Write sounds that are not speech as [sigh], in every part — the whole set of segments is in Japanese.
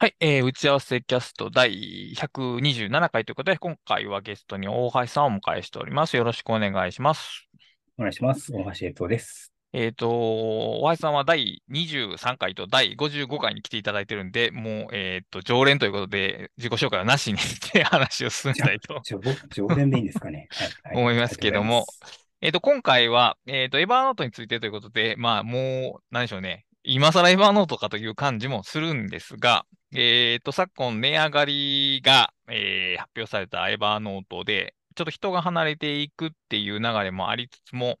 はい、えー、打ち合わせキャスト第127回ということで、今回はゲストに大橋さんをお迎えしております。よろしくお願いします。お願いします。大橋江藤です。えっと、大橋さんは第23回と第55回に来ていただいてるんで、もう、えっ、ー、と、常連ということで、自己紹介はなしにして話を進めたいと。常連でいいんです [laughs] かね。はい、思いますけども。えっ、と、今回は、えっ、ー、と、エバーノートについてということで、まあ、もう、何でしょうね。今更エバーノートかという感じもするんですが、えっ、ー、と、昨今、値上がりが、えー、発表されたエバーノートで、ちょっと人が離れていくっていう流れもありつつも、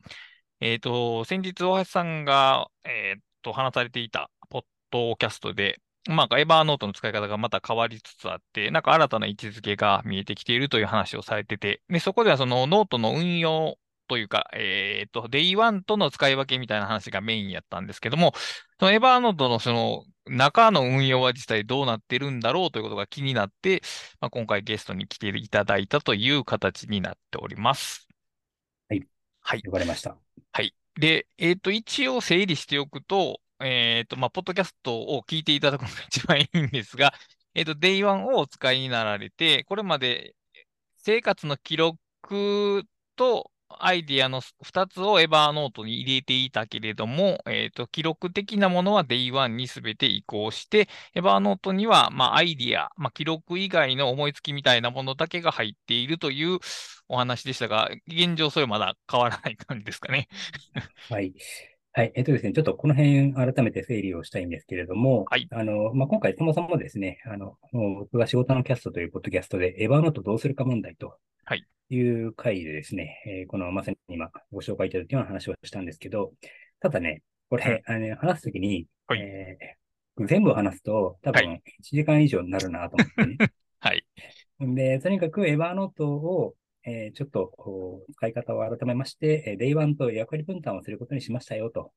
えっ、ー、と、先日、大橋さんが、えっ、と、話されていた、ポッドキャストで、まあ、エバーノートの使い方がまた変わりつつあって、なんか新たな位置づけが見えてきているという話をされてて、でそこではそのノートの運用というか、えっ、ー、と、デイワンとの使い分けみたいな話がメインやったんですけども、そのエバーノートのその中の運用は実際どうなってるんだろうということが気になって、まあ、今回ゲストに来ていただいたという形になっております。はい。はい。呼ばれました。はい。で、えっ、ー、と、一応整理しておくと、えっ、ー、と、まあ、ポッドキャストを聞いていただくのが一番いいんですが、 [laughs] えっ、と、デイワンをお使いになられて、これまで生活の記録と、アイディアの2つをエバーノートに入れていたけれども、えーと、と記録的なものは Day1 にすべて移行して、エバーノートには、まあ、アイディア、まあ、記録以外の思いつきみたいなものだけが入っているというお話でしたが、現状それまだ変わらない感じですかね。はい。はい。えっ、ー、とですね、ちょっとこの辺改めて整理をしたいんですけれども、はい、あの、まあ、今回そもそもですね、あの、僕が仕事のキャストというポッドキャストで、エバーノートどうするか問題とはい。いう回でですね、えー、このまさに今ご紹介いただいたような話をしたんですけど、ただね、これ、あの、ね、話すときに、はい、えー、全部話すと多分1時間以上になるなと思ってね。はい。で、とにかくエヴァーノートを、えー、ちょっとこう使い方を改めまして、デイワンと役割分担をすることにしましたよと。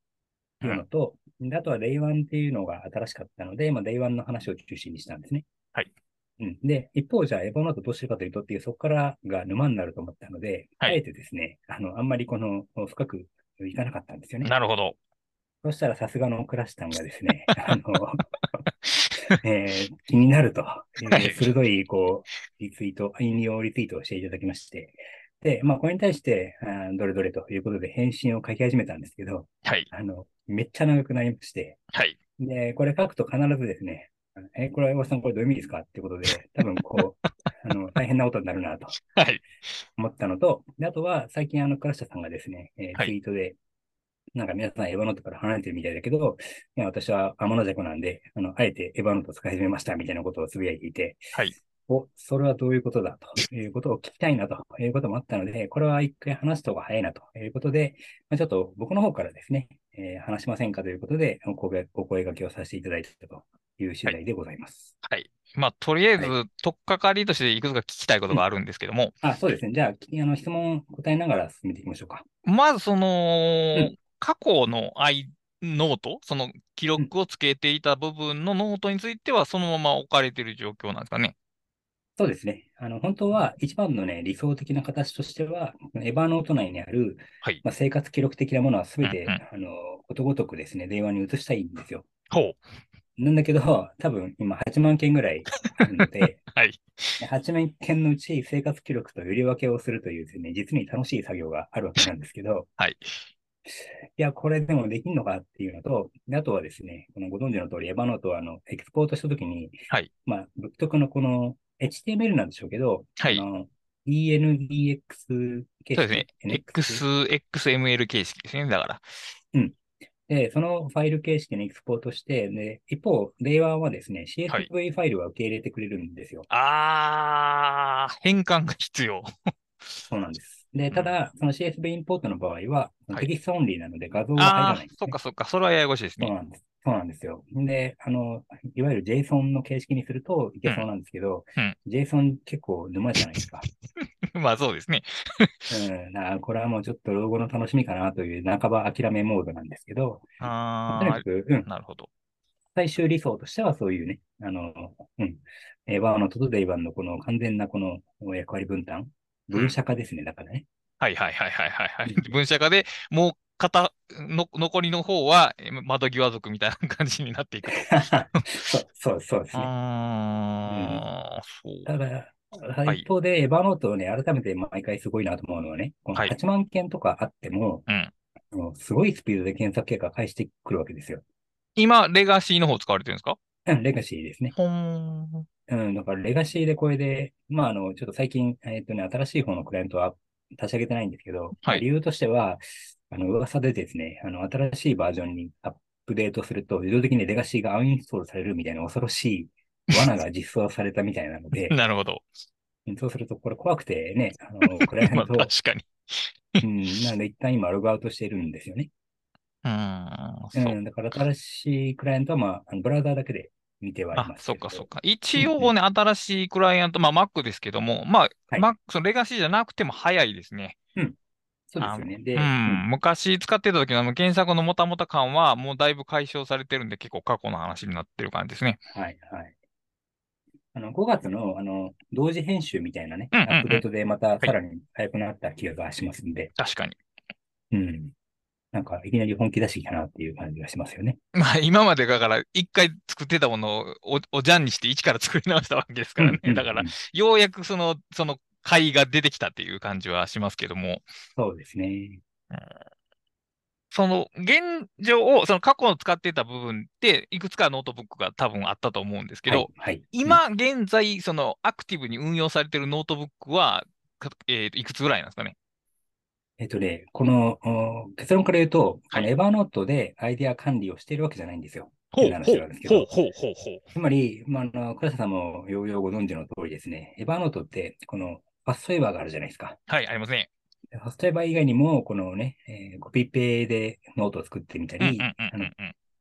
いうのと、うん、あとはデイワンっていうのが新しかったので、まあ、デイワンの話を中心にしたんですね。はい。うん、で、一方、じゃあ、エヴァノートどうしてるかというとっていう、そこからが沼になると思ったので、はい、あえてですね、あの、あんまりこの、深くいかなかったんですよね。なるほど。そしたら、さすがの倉下さんがですね、 [laughs] あの、えー、気になると、えー、鋭い、こう、リツイート、引用リツイートをしていただきまして、で、まあ、これに対して、あどれどれということで返信を書き始めたんですけど、はい。あの、めっちゃ長くなりまして、はい。で、これ書くと必ずですね、え、これ、大橋さん、これどういう意味ですかってことで、多分こう、あの、大変なことになるなと、はい。思ったのと、であとは、最近、あの、倉下さんがですね、えーはい、ツイートで、なんか皆さんエヴァノートから離れてるみたいだけど、いや私はアモナジャコなんで、あの、あえてエヴァノート使い始めましたみたいなことをつぶやいていて、はい。お、それはどういうことだということを聞きたいなということもあったので、これは一回話した方が早いなということで、まあ、ちょっと僕の方からですね、えー、話しませんかということでお声、お声掛けをさせていただいたという次第でございます。はい。はい、まあ、とりあえず、はい、とっかかりとしていくつか聞きたいことがあるんですけども。 [laughs] うん、あ、そうですね。じゃあ、あの質問答えながら進めていきましょうか。まず、その、うん、過去のアイノート、その記録をつけていた部分のノートについては、そのまま置かれている状況なんですかね。そうですね。あの、本当は一番のね、理想的な形としては、エヴァノート内にある、はい、まあ、生活記録的なものはすべて、うんうん、あの、ことごとくですね、電話に移したいんですよ。ほう。なんだけど、多分今8万件ぐらいあるので、 [laughs] はい、 8万件のうち生活記録と売り分けをするというですね、実に楽しい作業があるわけなんですけど、はい、いや、これでもできんのかっていうのと、あとはですね、このご存知の通り、エヴァノートはあのエクスポートしたときに、はい、まあ、独特のこの HTML なんでしょうけど、はい、あの ENDX 形式。そうですね。XML 形式ですね、だから。うん。で、そのファイル形式にエクスポートして、で、一方、令和はですね、CSV ファイルは受け入れてくれるんですよ。はい、あー、変換が必要。そうなんです。で、ただ、うん、その CSV インポートの場合は、テキストオンリーなので画像が入らない、ね、そっかそっか、それはややこしいですね。そうなんです。そうなんですよ。で、あの、いわゆる JSON の形式にするといけそうなんですけど、うん、うん、JSON 結構沼じゃないですか。 [laughs] まあそうですね。うん、なこれはもうちょっと老後の楽しみかなという半ば諦めモードなんですけど、あとにかく、うん、なるほど。最終理想としてはそういうね、あの、うん、エヴァのトとデイバンのこの完全なこの [laughs] 役割分担、分社化ですね、だからね。はいはいはいはいはい。分社化でもう片、の、残りの方は、え窓際族みたいな感じになっていくと。そうそうそうですね。あーそう。ただ、はい一方で、エヴァノートをね、改めて毎回すごいなと思うのはね、このはい8万件とかあっても、うんあのすごいスピードで検索結果が返してくるわけですよ。今、レガシーの方使われてるんですかうん、レガシーですね。ほーん。うん、だからレガシーでこれで、まあ、あの、ちょっと最近、えっとね、新しい方のクライアントは立ち上げてないんですけど、はい理由としては、あの、噂でですね、あの、新しいバージョンにアップデートすると、自動的にレガシーがアンインストールされるみたいな恐ろしい罠が実装されたみたいなの [laughs] で、なるほど。そうするとこれ怖くてね、あ [laughs] の、クライアまンあ、ト確、かに。うん、なので一旦今ログアウトしてるんですよね。うーん、うそう。ん、だから新しいクライアントは、まあ、あのブラウザーだけで見てはいあま、すそけっかどそっか。一応ね、新しいクライアント、まあ Mac ですけども、まあ、はい Mac、そのレガシーじゃなくても早いですね。そうですよね。で、ううんん、昔使ってた時のあの検索のもたもた感はもうだいぶ解消されてるんで、結構過去の話になってる感じですね。はいはい。あの、5月の、あの、同時編集みたいなね、うんうんうんアップデートでまたさらに早くなった気がしますんで、確かに。うん。なんか、いきなり本気出してきたなっていう感じがしますよね。 [laughs] まあ今までだから一回作ってたものをお、おじゃんにして一から作り直したわけですからね。だからうん、ようやくその、その会が出てきたっていう感じはしますけども、そうですね。その現状を、その過去の使ってた部分って、いくつかノートブックが多分あったと思うんですけど、はい、はい。今現在、そのアクティブに運用されてるノートブックは、かえーいくつぐらいなんですかね。えっとね、この、お結論から言うと、はあいのエバーノートでアイデア管理をしているわけじゃないんですよ。ほうって話なんですけほどうほうほうつまり、まあ、あの、倉下さんもようようご存知の通りですね、エバーノートって、この、ファストエバーがあるじゃないですか。はい、ありますね。ファストエバー以外にも、このね、えーコピペでノートを作ってみたうんうんり、うんあうんの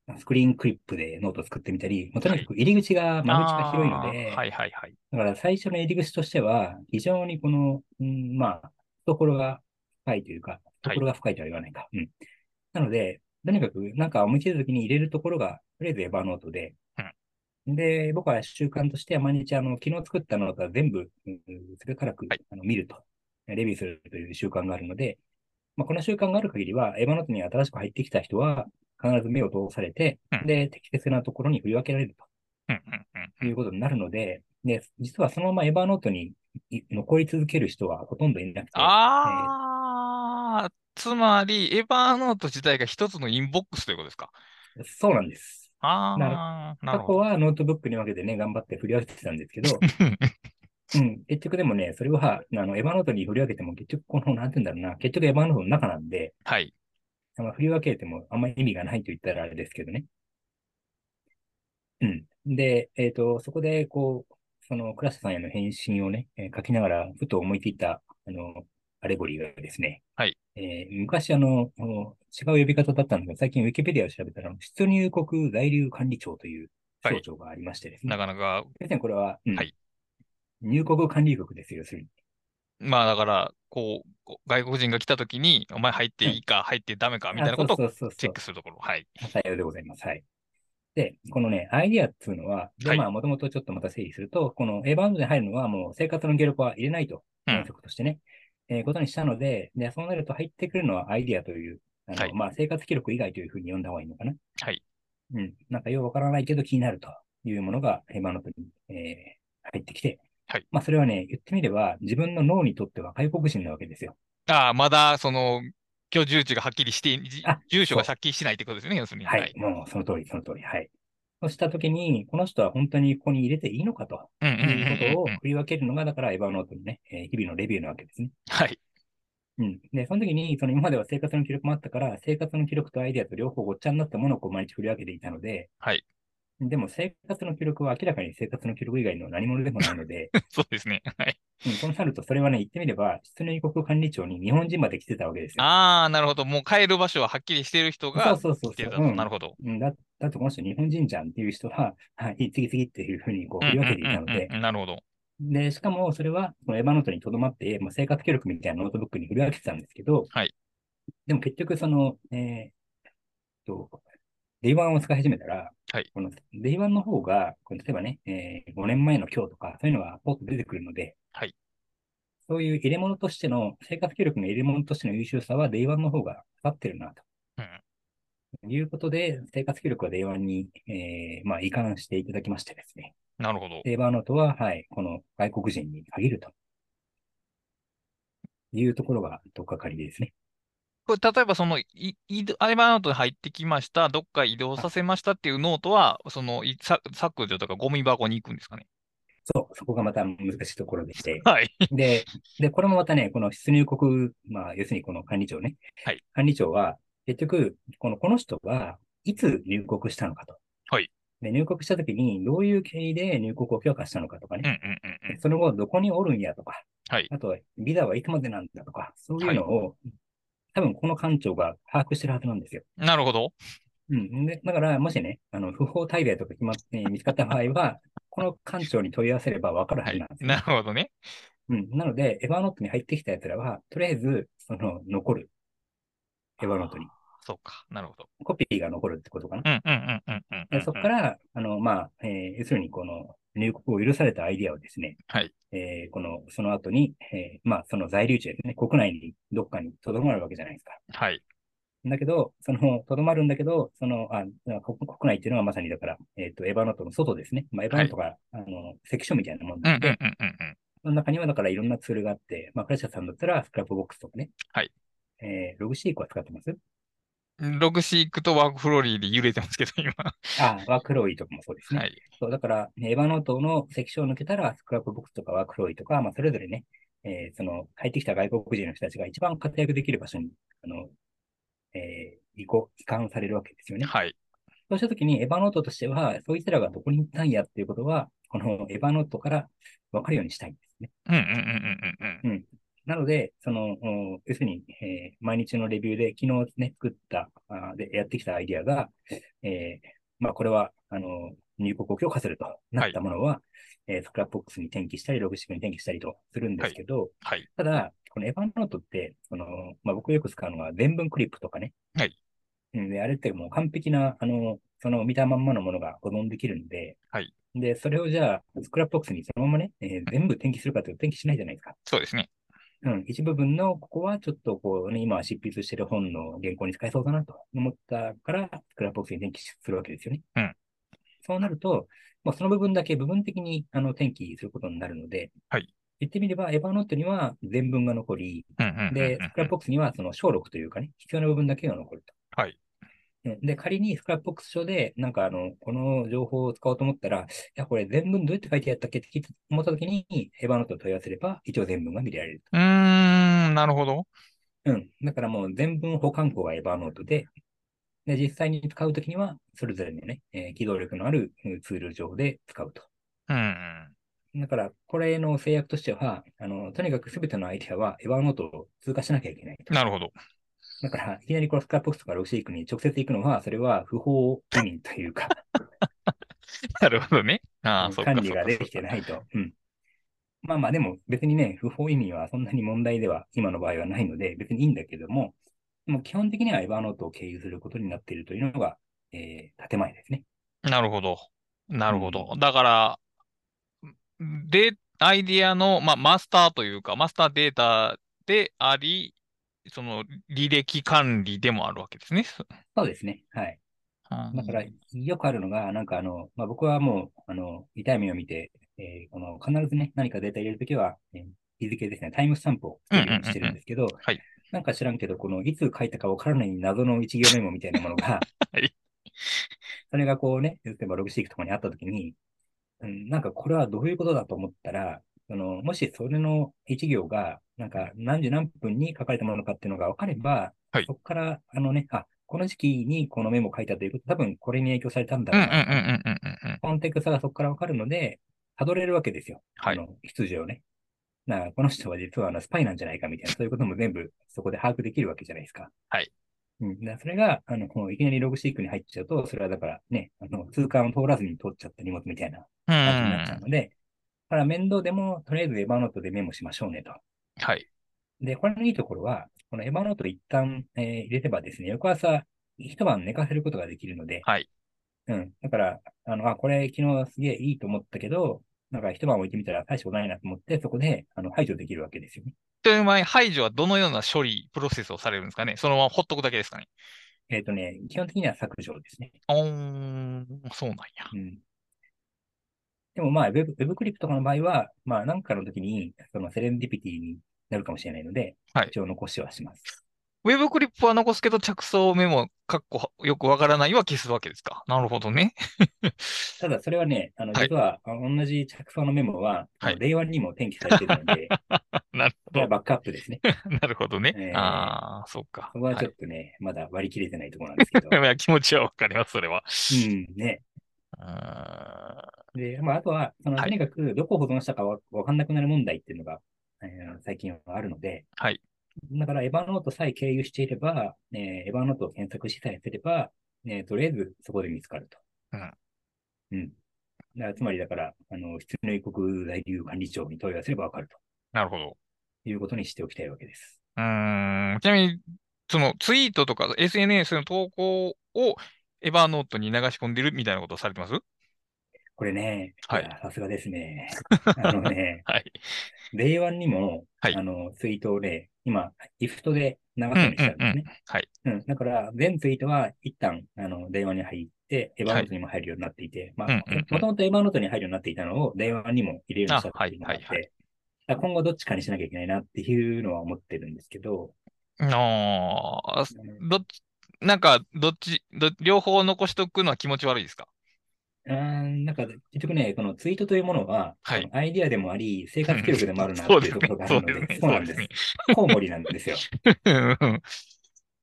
うん。スクリーンクリップでノートを作ってみたり、まあとにかく入り口が、間口が広いので、あーはいはいはい。だから最初の入り口としては、非常にこの、うん、まあ、懐が深いというか、はい懐が深いとは言わないか。うん。なので、とにかく、なんか思いついた時に入れるところが、とりあえずエバーノートで、で、僕は習慣としては毎日、あの、昨日作ったノートは全部、うんそれからく、はいあの見ると、レビューするという習慣があるので、まあ、この習慣がある限りは、エバーノートに新しく入ってきた人は、必ず目を通されて、うんで、適切なところに振り分けられると。うんうんうんということになるので、で、実はそのままエヴァノートにい残り続ける人はほとんどいなくて、ああ、つまり、エヴァーノート自体が一つのインボックスということですか。そうなんです。ああ、なる過去ほど。はノートブックに分けてね、頑張って振り分けてたんですけど、うん、結局でもね、それは、あの、エヴァノートに振り分けても結局この、なんて言うんだろうな、結局エヴァノートの中なんで、 [laughs] はい。あの振り分けてもあんまり意味がないと言ったらあれですけどね。うん。で、えっ、と、そこで、こう、その、倉下さんへの返信をね、えー書きながら、ふと思い切った、あの、アレゴリーがですね、はい。えー昔、あの、あの違う呼び方だったんですが、最近ウィキペディアを調べたら、出入国在留管理庁というはい省庁がありましてですね。なかなか、別にこれは、うんはい入国管理局ですよ、要するに。まあだから、こう、こう外国人が来たときに、お前入っていいか、入ってダメか、みたいなことをあそうそうそうチそェうック。するところ。はい。さようでございます。はい。で、このね、アイディアっていうのは、ではいまあ、もともとちょっとまた整理すると、この A バウンドに入るのは、もう生活のゲロパは入れないと、うん原則としてね、えーことにしたのでで、そうなると入ってくるのはアイディアという、あのはいまあ、生活記録以外というふうに呼んだ方がいいのかな。はい。うん。なんかようわからないけど気になるというものが A バウンドに、えー入ってきて、はいまあ、それはね、言ってみれば、自分の脳にとっては外国人なわけですよ。ああ、まだ、その、居住地がはっきりして、じあ住所がそ借金してないってことですよね、要するに。はい。。もう、その通り、その通り。はい。そうしたときに、この人は本当にここに入れていいのかと。うんうんうんいうことをうんうん。振り分けるのが、だからエヴァノートのね、えー日々のレビューなわけですね。はい。 [laughs] うん。で、その時に、その今までは生活の記録もあったから、生活の記録とアイデアと両方ごっちゃになったものをこう毎日振り分けていたので、はい。でも生活の記録は明らかに生活の記録以外の何者でもない [laughs] ので、そうですね。はい。うん、そうなるとそれはね、言ってみれば、出入国管理庁に日本人まで来てたわけですよ。ああ、なるほど。もう帰る場所ははっきりしている人がそうそう来てそうたそと。う。うんなるほど。うん、だだってこの人日本人じゃんっていう人は、はい、次々っていうふうにこう振り分けていたうのんうんでうんう、んなるほど。で、しかも、それは、このエヴァノートにとどまって、まあ、生活記録みたいなノートブックに振り分けてたんですけど、はい。でも結局、その、えーえっと、デイワンを使い始めたら、はい。このデイワンの方が、この例えばね、え5年前の今日とか、そういうのがポッと出てくるので、はい。そういう入れ物としての、生活記録の入れ物としての優秀さは、デイワンの方が勝ってるな、ということで、生活記録は Day1 に、えーまあ、移管していただきましてですね。なるほど。エバーノートは、はい、この外国人に限るというところが、とっかかりですね。これ、例えばその、い、い、アイバーノートに入ってきました、どっか移動させましたっていうノートは、その、いさ削除とかゴミ箱に行くんですかね。 [laughs] そう、そこがまた難しいところでして。はい。で、で、これもまたね、この出入国、まあ、要するにこの管理庁ね。はい管理庁は、結局、この、この人が、いつ入国したのかと。はい。で、入国したときに、どういう経緯で入国を許可したのかとかうんうね。んうんうん。その後、どこにおるんやとか。はいあとは、ビザはいつまでなんだとか、そういうのを、多分この官庁が把握してるはずなんですよ。なるほど。うん。で、だから、もしね、あの、不法滞在とか決まって、見つかった場合は、この官庁に問い合わせればわかるははずいなんです。[laughs] よなるほどね。うん。なので、エヴァノートに入ってきた奴らは、とりあえず、その、残る。エヴァノートに。そうか。なるほど。コピーが残るってことかな。うんうんうんうんうんうんうでん。そこから、あの、まあ、えー要するに、この、入国を許されたアイディアをですね、はい。えーこの、その後に、えーまあ、その在留地ですね、国内に、どっかに留まるわけじゃないですか。はい。だけど、その、とどまるんだけど、その、あ、こ国内っていうのはまさにだから、えっ、と、エヴァノートの外ですね。まあ、エヴァノートが、あの、関所みたいなもんうんうなんんで、うんうんうん。その中にはだからいろんなツールがあって、まあ、クラシャさんだったらスクラップボックスとかね。はい。えー、ログシークは使ってますログシークとワークフローリーで揺れてますけど、今。あ、ワークロイとかもそうですね。はい。そう、だから、エヴァノートの関所を抜けたら、スクラップボックスとかワークロイとか、まあ、それぞれね、えーその、入ってきた外国人の人たちが一番活躍できる場所に、あの、えー移行、移管されるわけですよね。はい。そうしたときに、エヴァノートとしては、そういつらがどこに行ったんやっていうことは、このエヴァノートから分かるようにしたいんですね。うんうんうんうんうんうん。なので、その、お要するに、えー毎日のレビューで昨日ね、作った、あーで、やってきたアイディアが、えーまあ、これは、あの、入国を許可するとなったものは、えースクラップボックスに転記したり、ログシックに転記したりとするんですけど、はい。ただ、このエヴァノートって、その、まあ、僕よく使うのは全文クリップとかね。はい。うん、で、あれってもう完璧な、あの、その見たまんまのものが保存できるんで、はい。で、それをじゃあ、スクラップボックスにそのままね、えー全部転記するかというと転記しないじゃないですか。そうですね。うん、一部分の、ここはちょっとこうね、今執筆してる本の原稿に使えそうだなと思ったから、スクラップボックスに転記するわけですよね。うん。そうなると、もうその部分だけ部分的にあの転記することになるので、はい。言ってみれば、エヴァノートには全文が残り、うんうんうんうんで、スクラップボックスにはその小録というかね、必要な部分だけが残ると。はいうん。で、仮にスクラップボックス上で、なんかあの、この情報を使おうと思ったら、いや、これ全文どうやって書いてあったっけって聞いた思ったときに、エヴァノートを問い合わせれば、一応全文が見られるうーん、なるほど。と。うん。だからもう全文保管庫がエヴァノートで、で、実際に使うときには、それぞれのね、えー機動力のあるうんツール上で使うと。うんうん。だから、これの制約としては、あの、とにかくすべてのアイデアは、エヴァノートを通過しなきゃいけないと。なるほど。 [laughs] だから、いきなりこのスクラップボックスとかログシークに直接行くのは、それは不法移民というか、なるほどね。ああ、そっか管理がそっでかきてないと。うん。まあまあ、でも別にね、不法移民はそんなに問題では、今の場合はないので、別にいいんだけども、でも基本的にはエヴァノートを経由することになっているというのが、えー建前ですね。なるほど。なるほど。だから、で、アイディアの、まあ、マスターというか、マスターデータであり、その履歴管理でもあるわけですね。そうですね。はい。だから、よくあるのが、なんかあの、まあ、僕はもう、あの、痛い目を見て、えーこの、必ずね、何かデータ入れるときは、えー日付ですね、タイムスタンプをつけるようにしてるんですけど、はいなんか知らんけど、この、いつ書いたかわからない謎の一行メモみたいなもの [laughs] が、はいそれがこうね、例えばログシークとかにあったときに、うん、なんかこれはどういうことだと思ったら、そのもしそれの一行が、なんか何時何分に書かれたものかっていうのが分かれば、はいそこから、あのね、あ、この時期にこのメモを書いたということ、多分これに影響されたんだうんろううんうんな、うんうんうんうん。コンテクストがそこから分かるので、辿れるわけですよ。はいあの、羊をね。なあこの人は実はあのスパイなんじゃないかみたいな、そういうことも全部そこで把握できるわけじゃないですか。はい。うん、だからそれが、あの、こういきなりログシークに入っちゃうと、それはだからね、あの、通関を通らずに通っちゃった荷物みたいなう。感じになっちゃうんので、だから面倒でも、とりあえずエヴァノートでメモしましょうねと。はい。で、これのいいところは、このエヴァノートを一旦、えー入れればですね、翌朝、一晩寝かせることができるので、はい。うん。だから、あの、あ、これ昨日すげえいいと思ったけど、なんか一晩置いてみたら大したことないなと思って、そこで、あの、排除できるわけですよね。という前に排除はどのような処理、プロセスをされるんですかねそのままほっとくだけですかねえっ、とね、基本的には削除ですね。あー、そうなんや。うん。でもまあ、ウェブウェブクリップとかの場合は、まあ、なんかの時に、そのセレンディピティになるかもしれないので、はい一応残しはします。ウェブクリップは残すけど、着想メモ、かっこよくわからないは消すわけですか。なるほどね。ただ、それはね、あの、はい実は、あの同じ着想のメモは、はいあの令和にも転記されてるの [laughs] で、なるこれはほバックアップですね。ど。なるほどね。えーああ、そうか。ここははちいょっとね、まだ割り切れてないところなんですけど。いや [laughs] 気持ちはわかります、それは。うん、ね。うーで、まあ、あとは、その、はいとにかく、どこを保存したかわわかんなくなる問題っていうのが、えー最近はあるので、はい。だから、エヴァノートさえ経由していれば、えーエヴァノートを検索してさえすれば、えーとりあえずそこで見つかると。うん。うん。だからつまり、だから、あの、出入国在留管理庁に問い合わせればわかるなるほど。ということにしておきたいわけです。うーん。ちなみに、そのツイートとか SNS の投稿をエバーノートに流し込んでるみたいなことをされてます [laughs] これね、はいやさすがですね。 [laughs] あのね、はい。令和にも、はいあの、ツイートをね、今、イフトで流すようにしたんですね。はい。うん、だから、全ツイートは一旦、あの、電話に入って、エヴァノートにも入るようになっていて、うんまうんうんあ、もともとエヴァノートに入るようになっていたのを、電話にも入れるようにしたっていうのがあって、あはいはいだから今後どっちかにしなきゃいけないなっていうのは思ってるんですけど、ああ、あのどっち、なんか、どっち、ど、両方残しとくのは気持ち悪いですかうーん、なんか、結局ね、このツイートというものは、はいあのアイディアでもあり、生活記録でもあるなっ [laughs] てそういでうすとねころがあるので、そうなんです。コウモリなん [laughs] ですよ。そうですね。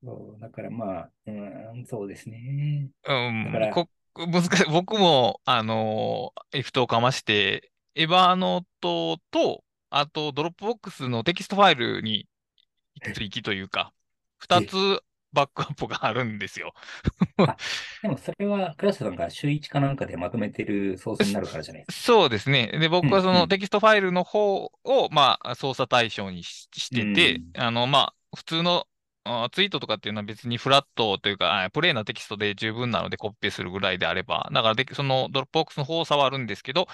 そうだからまあ、うーん、そうですね。うんだからこ、難しい。僕も、あのー、エフトをかまして、エバーノートと、あと、ドロップボックスのテキストファイルに、追記というか、二つバックアップがあるんですよ。でもそれは、倉下さんが週1かなんかでまとめてるソースになるからじゃないですか。そうですね。で、僕はそうんのうんテキストファイルの方を、まあ、操作対象にし、してて、あの、まあ、普通のあツイートとかっていうのは別にフラットというか、あプレーなテキストで十分なのでコピペするぐらいであれば、だからで、そのドロップボックスの方差はあるんですけど、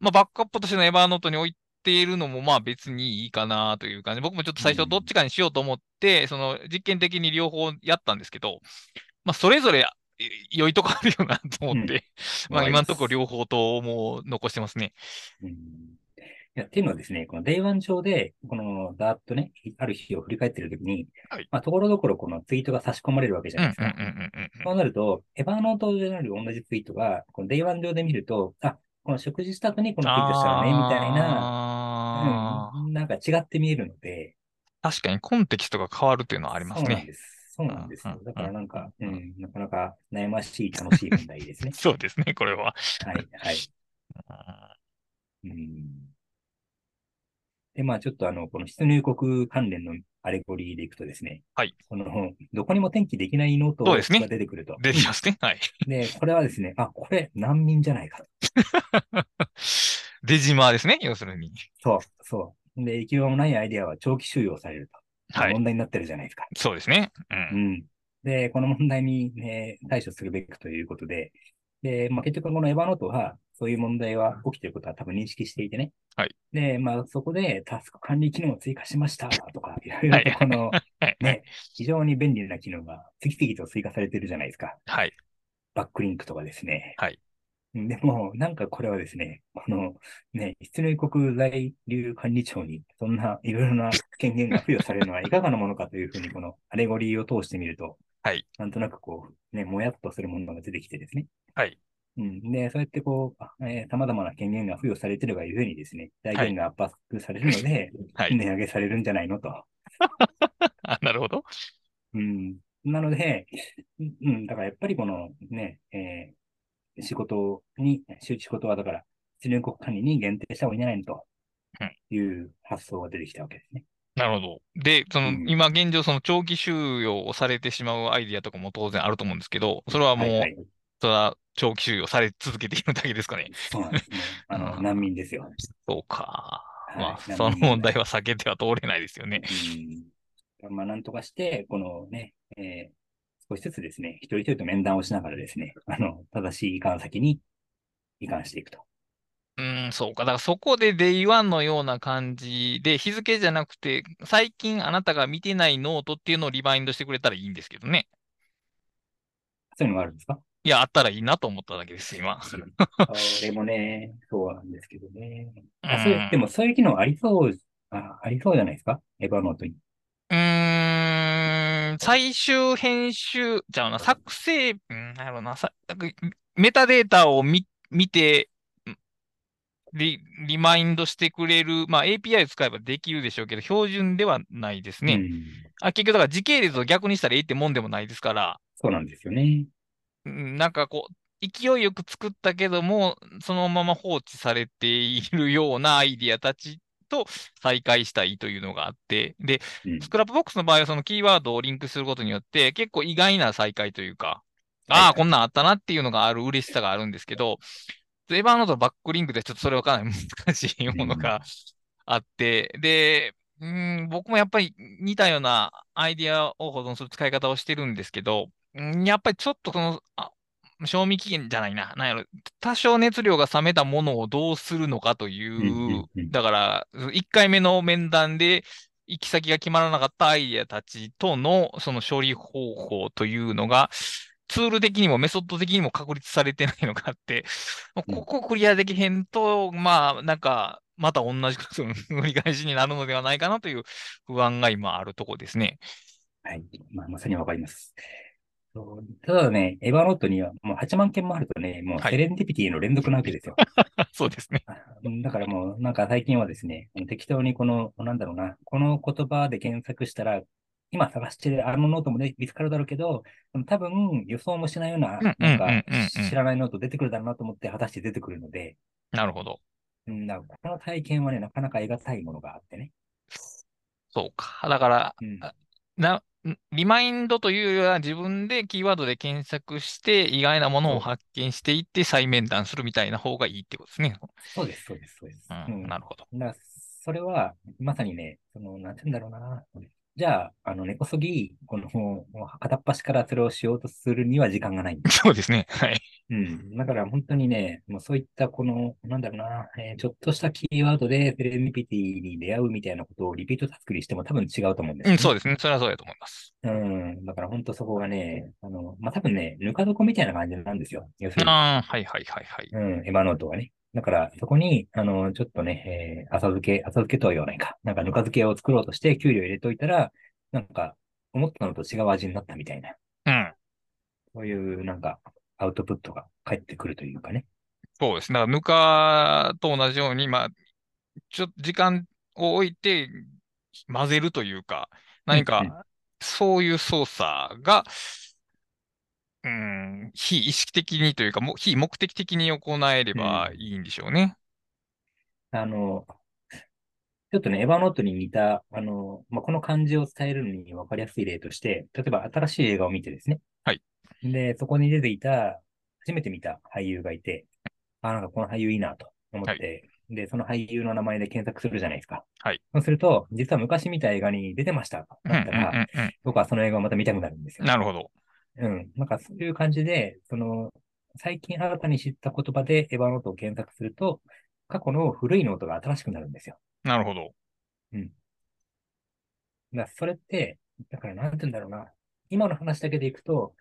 まあ、バックアップとしてのエバーノートに置いているのも、まあ、別にいいかなという感じ。僕もちょっと最初どっちかにしようと思って、その実験的に両方やったんですけど、まあ、それぞれい良いとこあるよなと思って、まあ、今のところ両両方とも残してますね。うんいや、っていうのはですね、この Day1 上で、この、だーっとね、ある日を振り返ってるときに、はいまあ、ところどころこのツイートが差し込まれるわけじゃうんなうんうんいですか。うんうん。そうなると、エヴァノート上である同じツイートが、この Day1 上で見ると、あ、この食事した後にこのツイートしたらね、みたいな、あーうん、なんか違って見えるので、確かにコンテキストが変わるっていうのはありますそうなんね。です。そうなんですうんうよん。だからなんか、う。うんん、なかなか悩ましい、楽しい問題ですね [laughs] そうですね、これは。はい、はい。うんで、まあちょっとあの、この出入国関連のアレゴリーでいくとですね、はい。この、どこにも転記できないノートそうですねが出てくると。出てきます [laughs] ね。はい。うんで、これはですね、あ、これ難民じゃないかと。デジマーですね、要するに。そう、そう。で、行き場もないアイデアは長期収容されると。はい。問題になってるじゃないですか。そうですね。う。うんん。で、この問題に、ね、対処するべくということで、で、まあ、結局このエヴァノートは、そういう問題は起きていることは多分認識していてね。はい。で、まあ、そこでタスク管理機能を追加しましたとか、いろいろとこの、はい。ね、非常に便利な機能が次々と追加されてるじゃないですか。はい。バックリンクとかですね。はいうん。でも、なんかこれはですね、この、ね、出入国在留管理庁に、そんないろいろな権限が付与されるのはいかがなものかというふうに、このアレゴリーを通してみると、はい。なんとなくこう、ね、もやっとするものが出てきてですね。はい。うん。で、そうやってこう、あえー、様々な権限が付与されてるがゆえにですね、財源が圧迫されるので、はい。値上げされるんじゃないのと。あなるほど。うん。なので、うんうん、だからやっぱりこのね、えー仕事に、仕仕事はだから、出入国管理に限定した方がいいんじゃないのとうんいう発想が出てきたわけですね。なるほど。で、その、うん今現状、その長期収容をされてしまうアイディアとかも当然あると思うんですけど、それはもう、はいはい。それは長期収容され続けているだけですかね。そうなんですね。[laughs] あうの、ん難民ですよ。そうか。 [laughs] まあ、はいその問題はは避けては通れないですよね。うん。まあ、なんとかして、このね、えー少しずつですね、一人一人と面談をしながらですね、あの、正しい移管先に移管していくと。うん、そうか。だからそこで Day1 のような感じで、日付じゃなくて、最近あなたが見てないノートっていうのをリマインドしてくれたらいいんですけどね。そういうのがあるんで [laughs] すかいや、あったらいいなと思っただけです、今。あれもね、そうなんですけどね。あそういうでもそういう機能ありそう、あありそうじゃないですかエヴァノートに。うーん、最終編集、じゃあな、作成、うん、なんやろな、さなんかメタデータを見、見て、んリ、リマインドしてくれる、まあ API 使えばできるでしょうけど、標準ではないですね。うんあ、結局だから時系列を逆にしたらいいってもんでもないですから、そうなんですよね。うんなんかこう、勢いよく作ったけども、そのまま放置されているようなアイディアたちと再開したいというのがあって、で、うんスクラップボックスの場合はそのキーワードをリンクすることによって結構意外な再会というか、あはあ、いこんなんあったなっていうのがある嬉しさがあるんですけど、エヴァノートのバックリンクでちょっとそれはかなり難しいものがあって、で、うん、僕もやっぱり似たようなアイディアを保存する使い方をしてるんですけど、うんやっぱりちょっとこの、あ賞味期限じゃないな、なんやろ、多少熱量が冷めたものをどうするのかというんううんうんだから、1回目の面談で行き先が決まらなかったアイデアたちとのその処理方法というのが、ツール的にもメソッド的にも確立されてないのがあって、うんここクリアできへんと、まあ、なんか、また同じことの繰り返しになるのではないかなという不安が今あるとこですね。はい。まあ、まさにわかります。そうただね、エヴァノートにはもう8万件もあるとね、もうはいセレンディピティの連続なわけ [laughs] ですよ。そうですね。うんだからもう、なんか最近はですね、適当にこの、なんだろうな、この言葉で検索したら、今探してるあのノートもね、見つかるだろうけど、多分予想もしないような、うんなんうんうんかうんうん知らないノート出てくるだろうなと思って、果たして出てくるので、なるほど。うん、だからこの体験はね、なかなか得難いものがあってね。そうか。だから、うんあな、んリマインドというよりは自分でキーワードで検索して意外なものを発見していって再面談するみたいな方がいいってことですね。そうです、そうです、そうです。うん、うんなるほど。 [laughs] だからそれは、まさにね、その、なんて言うんだろうな。じゃあ、あの、根こそぎ、この、もう片っ端からそれをしようとするには時間がないんだ。そうですね。はい。うん。だから本当にね、もうそういったこの、なんだろうな、えーちょっとしたキーワードでセレンディピティに出会うみたいなことをリピートタスクにしても多分違うと思うんですうよん、ねそうですね。それはそうだと思います。うん。だから本当そこがね、あの、まあ、多分ね、ぬか床みたいな感じなんですよ。要するに、ああ、はいはいはいはい。うん、エヴァノートはね。だから、そこに、あの、ちょっとね、えー浅漬け、浅漬けとは言わないか。なんか、ぬか漬けを作ろうとして、給料入れといたら、なんか、思ったのと違う味になったみたいな。うん。そういう、なんか、アウトプットが返ってくるというかね。そうですね。だから、ぬかと同じように、まあ、ちょっと時間を置いて混ぜるというか、何うんうか、そういう操作が、うん、非意識的にというか、もう非目的的に行えればいいんでしょうね。あの、ちょっとね、エヴァノートに似た、あの、まあ、この漢字を伝えるのに分かりやすい例として、例えば新しい映画を見てですね。はい。で、そこに出ていた、初めて見た俳優がいて、あ、なんかこの俳優いいなと思って、で、その俳優の名前で検索するじゃないですか。はい。そうすると、実は昔見た映画に出てました。うんうだんったら、うんうん僕はその映画をまた見たくなるんですよ。なるほど。うん。なんかそういう感じで、その、最近新たに知った言葉でエヴァノートを検索すると、過去の古いノートが新しくなるんですよ。なるほど。だからそれって、だからなんて言うんだろうな。今の話だけでいくと、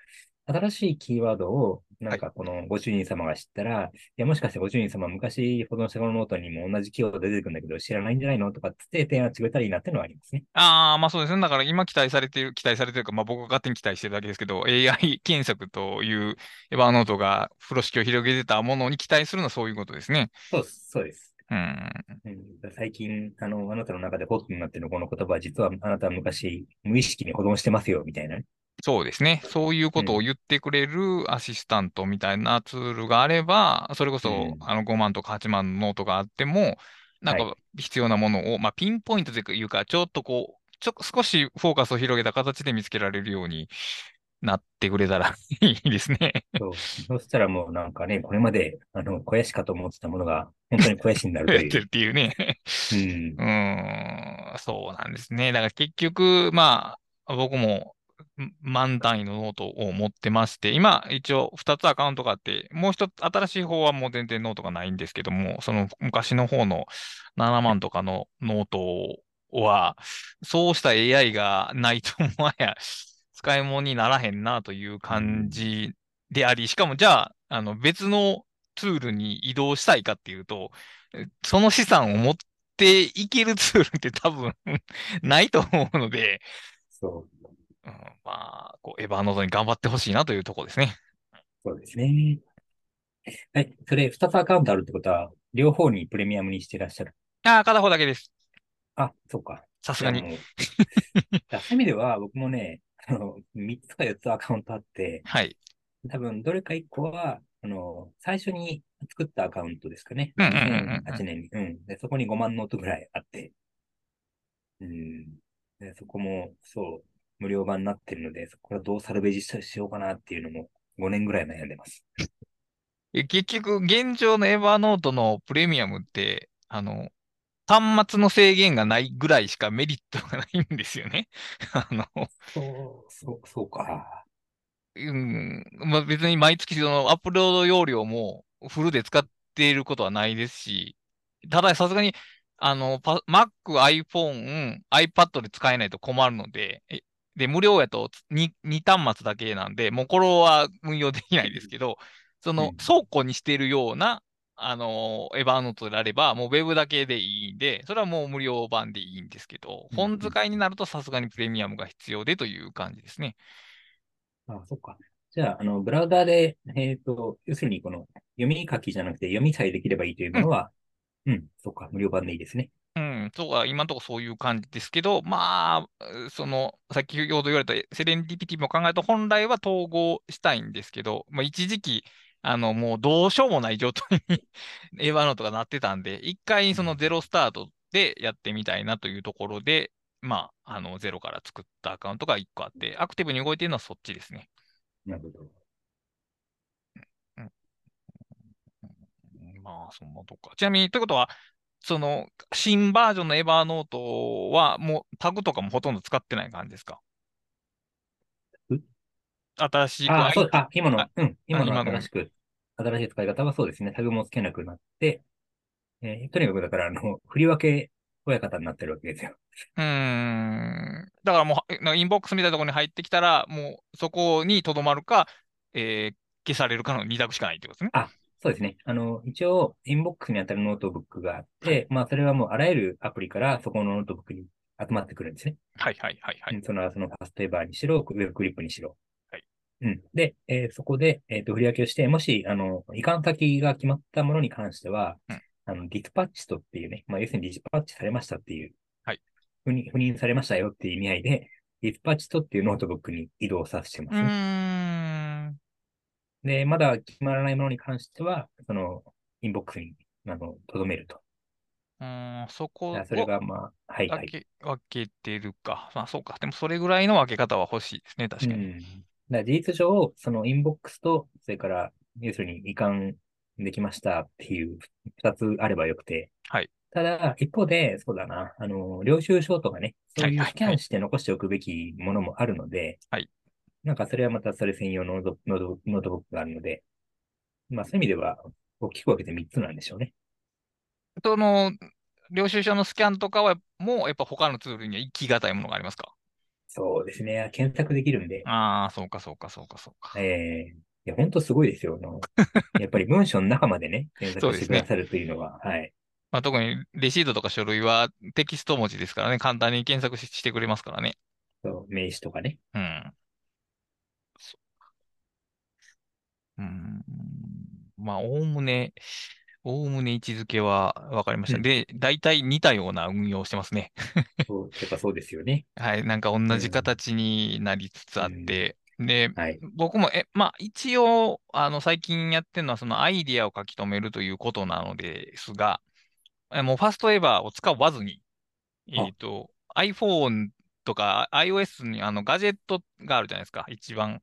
新しいキーワードを、なんかこのご主人様が知ったら、い、や、もしかしてご主人様昔保存したこのノートにも同じキーワード出てくるんだけど、知らないんじゃないのとかっつって提案してくれたらいいなっていうのはありますね。ああ、まあそうですね。だから今期待されている、期待されているか、まあ僕が勝手に期待してるだけですけど、AI 検索というエヴァノートが風呂敷を広げてたものに期待するのはそういうことですね。そうです。そうです。うん。うん、だから最近、あの、あなたの中でホットになってるこの言葉は、実はあなたは昔無意識に保存してますよ、みたいなね。そうですね。そういうことを言ってくれるアシスタントみたいなツールがあれば、それこそうんあの5万とか8万のノートがあっても、なんはか必要なものを、まあ、ピンポイントというか、ちょっとこう、ちょ、少しフォーカスを広げた形で見つけられるようになってくれたら [laughs] いいですね。そ [laughs] う。そしたらもうなんかね、これまで、あの、肥やしかと思ってたものが、本当に肥やしになると [laughs] やっているっていうね。う。うんう。ーん、そうなんですね。だから結局、まあ、僕もん満単位のノートを持ってまして、今、一応2つアカウントがあって、もう一つ、新しい方はもう全然ノートがないんですけども、その昔の方の7万とかのノートは、そうした [laughs] AI がないと、もはや使い物にならへんなという感じであり、しかもじゃあ、あの別のツールに移動したいかっていうと、その資産を持っていけるツールって多分ないと思うので、そう、うん、まあ、こうエバーノードに頑張ってほしいなというところですね。そうですね。はい、それ2つアカウントあるってことは、両方にプレミアムにしてらっしゃる。ああ、片方だけです。あ、そうか。さすがいに。や。もうそういう意味では、僕もね、あの、3つか4つアカウントあって、はい。多分どれか1個は、あの、最初に作ったアカウントですかね。うんうんうんうん2008年に。うん。で、そこに5万ノートぐらいあって。うん。で、そこも、そう、無料版になってるので、そこからどうサルベージししようかなっていうのも、5年ぐらい悩んでます。え結局、現状のエバーノートのプレミアムって、あの、端末の制限がないぐらいしかメリットがないんですよね。 [laughs] あの、そう、そう、そうか。うん、まあ、別に毎月そのアップロード容量もフルで使っていることはないですし、たださすがに、あの、パ Mac、iPhone、iPad で使えないと困るので、えで、無料やと 2, 2端末だけなんで、もうこれは運用できないですけど、そのうん倉庫にしているような、あの、エヴァノートであれば、もうウェブだけでいいんで、それはもう無料版でいいんですけど、うん本使いになるとさすがにプレミアムが必要でという感じですね。あ、そっか。じゃあ、あの、ブラウザーで、えっと、要するにこの、読み書きじゃなくて、読みさえできればいいというものは、うん、そっか、無料版でいいですね。うん、そうか、今のところそういう感じですけど、まあ、うその、先ほど言われたセレンディピティも考えると、本来は統合したいんですけど、まあ、一時期、あの、もうどうしようもない状態に [laughs] エヴァノートがなってたんで、一回そのゼロスタートでやってみたいなというところで、まあ、あの、ゼロから作ったアカウントが一個あって、アクティブに動いてるのはそっちですね。なるほど。うんまあ、そんなとこか。ちなみに、ということは、その、新バージョンのエヴァノートは、もうタグとかもほとんど使ってない感じですかん新しいあ、あそう、あ、今のあ、うん、今の今の新しく、新しい使い方はそうですね、タグもつけなくなって、えーとにかくだから、あの、 [laughs] 振り分け親方になってるわけですよ。うーん。だからもう、なんかインボックスみたいなところに入ってきたら、もうそこにとどまるか、えー消されるかの2択しかないってことですね。そうですね。あの、一応、インボックスに当たるノートブックがあって、まあ、それはもうあらゆるアプリからそこのノートブックに集まってくるんですね。はいはいはいはい。その、そのファストエバーにしろ、ウェブクリップにしろ。はい。うん。で、えーそこで、えっと、振り分けをして、もし、あの、移管先が決まったものに関してはうん、あの、ディスパッチとっていうね、まあ、要するにディスパッチされましたっていう、はい。赴任、赴任されましたよっていう意味合いで、ディスパッチとっていうノートブックに移動させてまうすね。ーん。で、まだ決まらないものに関しては、その、インボックスに、あの、留めると。うーん、そこじゃあをそれが、まあ、はい、は分い。け、分けてるか。まあそうか。でもそれぐらいの分け方は欲しいですね、確かに。うん。だから事実上、そのインボックスと、それから、要するに移管できましたっていう二つあればよくて。はい。ただ、一方で、そうだな、あの、領収書とかね、そういはいはういスキャンして残しておくべきものもあるので、はい。なんかそれはまたそれ専用のノートノートノートブックがあるので、まあそういう意味では、大きく分けて三つなんでしょうね。その、領収書のスキャンとかは、もうやっぱ他のツールには行き難いものがありますかそうですね。検索できるんで、ああ、そうか、そうか、そうか、そうか。ええいや、本当すごいですよ。あのやっぱり文章の中までね、[laughs] 検そう索でしてすくねださるというのは、はい。まあ、特にレシートとか書類はテキスト文字ですからね、簡単に検索し、してくれますからね。そう、名詞と [laughs] かね。うん。そううん。まあ、おおむね、おおむね位置づけは分かりました。うんで、大体似たような運用をしてますね。そう、やっぱそうですよね。はい、なんか同じうん形になりつつあって、で、はい。僕も、え、まあ、一応、あの、最近やってるのは、そのアイディアを書き留めるということなのですが、えもう、ファストエバーを使わずに、えっと、iPhone とか iOS に、あの、ガジェットがあるじゃないですか。一番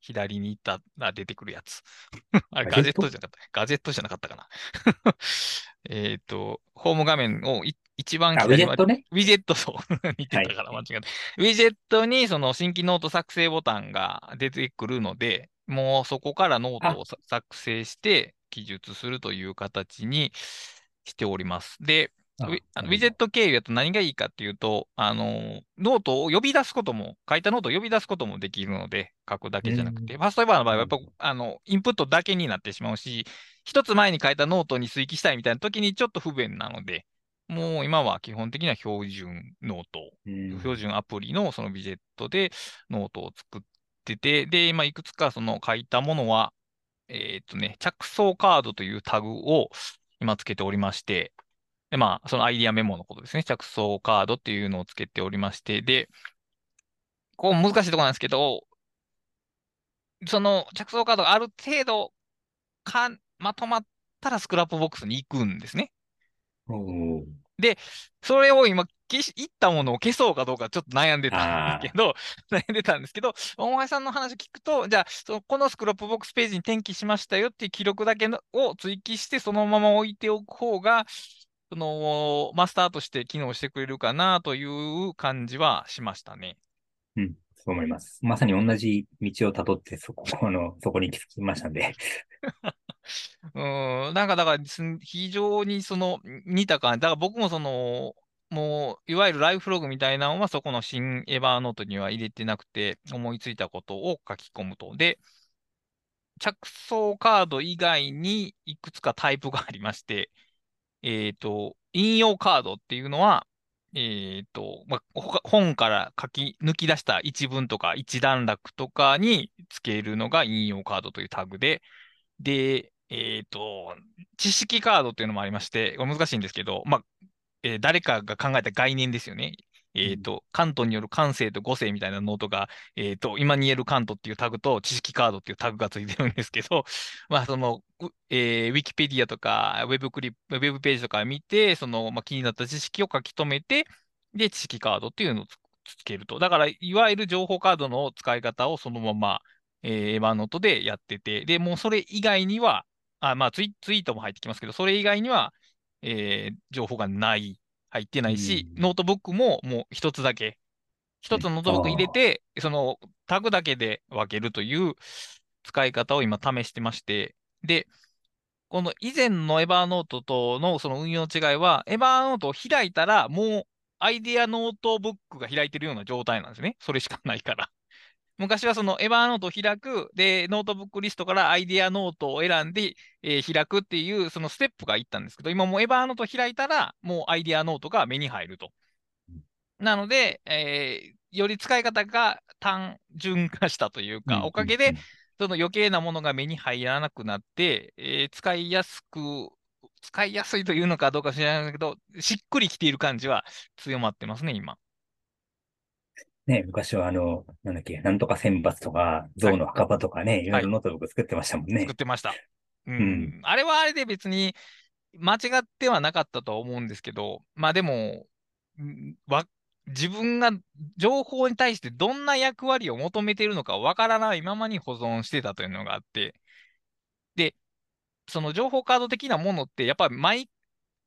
左に行ったら出てくるやつ。 [laughs] あれ、ガガジジェッェットトじゃなかった。ガジェットじゃなかったかな。 [laughs] えっと、ホーム画面をい一番あ、ウィ左ジェまッでトね。ウィジェット、そう。 [laughs] 見てたから間違って。ウィジェットにその新規ノート作成ボタンが出てくるので、もうそこからノートをさ作成して記述するという形にしております。で、あウィあのなるほどウィジェット経由だと何がいいかっていうと、あの、ノートを呼び出すことも、書いたノートを呼び出すこともできるので、書くだけじゃなくて、うファーストエバーの場合は、やっぱうん、あの、インプットだけになってしまうし、一つ前に書いたノートに追記したいみたいな時にちょっと不便なので、もう今は基本的には標準ノートうん標準アプリのそのビジェットでノートを作ってて、で、まあ、いくつかその書いたものは、えーっとね、着想カードというタグを今つけておりまして、で、まあ、そのアイディアメモのことですね、着想カードっていうのをつけておりまして、で、こう難しいところなんですけど、その着想カードがある程度かんまとまったらスクラップボックスに行くんですね。おーそれを今、消し、いったものを消そうかどうかちょっと悩んでたんですけど、 [laughs] 悩んでたんですけど、大橋さんの話聞くと、じゃあ、そのこのスクラップボックスページに転記しましたよっていう記録だけのを追記して、そのまま置いておく方が、その、マスターとして機能してくれるかなという感じはしましたね。うん、そう思います。まさに同じ道をたどって、そこ、 [laughs] あの、そこに行き着きましたん [laughs] で。うーん、なんかだからすん、非常にその似た感じ、だから僕もその、もういわゆるライフログみたいなのは、そこの新エヴァーノートには入れてなくて、思いついたことを書き込むと。で、着想カード以外にいくつかタイプがありまして、えっと、引用カードっていうのは、えっと、まあ、ほか本から書き抜き出した一文とか一段落とかにつけるのが引用カードというタグで、で、えっと、知識カードっていうのもありまして、これ難しいんですけど、まあ、えー誰かが考えた概念ですよね。えっと、関東による感性と語性みたいなノートが、えっと、今に言える関東っていうタグと知識カードっていうタグがついてるんですけど、 [laughs] まあ、その、うえー、ウィキペディアとか、ウェブクリップ、ウェブページとか見て、その、まあ、気になった知識を書き留めて、で、知識カードっていうのをつつけると。だから、いわゆる情報カードの使い方をそのまま、えー、エヴァノートでやってて、で、もうそれ以外には、あ、まあツイ、ツイートも入ってきますけど、それ以外には、えー情報がない、入ってないし、うんノートブックももう一つだけ、一つのノートブック入れて、そのタグだけで分けるという使い方を今試してまして、で、この以前のエバーノートとのその運用の違いは、エバーノートを開いたら、もうアイディアノートブックが開いてるような状態なんですね。それしかないから。 [laughs] 昔はそのエバーノートを開く、で、ノートブックリストからアイディアノートを選んで、えー開くっていう、そのステップがいったんですけど、今もうエバーノートを開いたら、もうアイディアノートが目に入ると。なので、えーより使い方が単純化したというか、おかげでうん、その余計なものが目に入らなくなって、えー使いやすく、使いやすいというのかどうか知らないけど、しっくりきている感じは強まってますね、今。ね、昔はあの、なんだっけ、なんとか選抜とか、象の墓場とかね、いろいろノートブック作ってましたもんね作っ。てました。うんんあれはあれで別に間違ってはなかったとは思うんですけど、まあでも、うんわ自分が情報に対してどんな役割を求めているのかわからないままに保存してたというのがあって、で、その情報カード的なものって、やっぱり毎、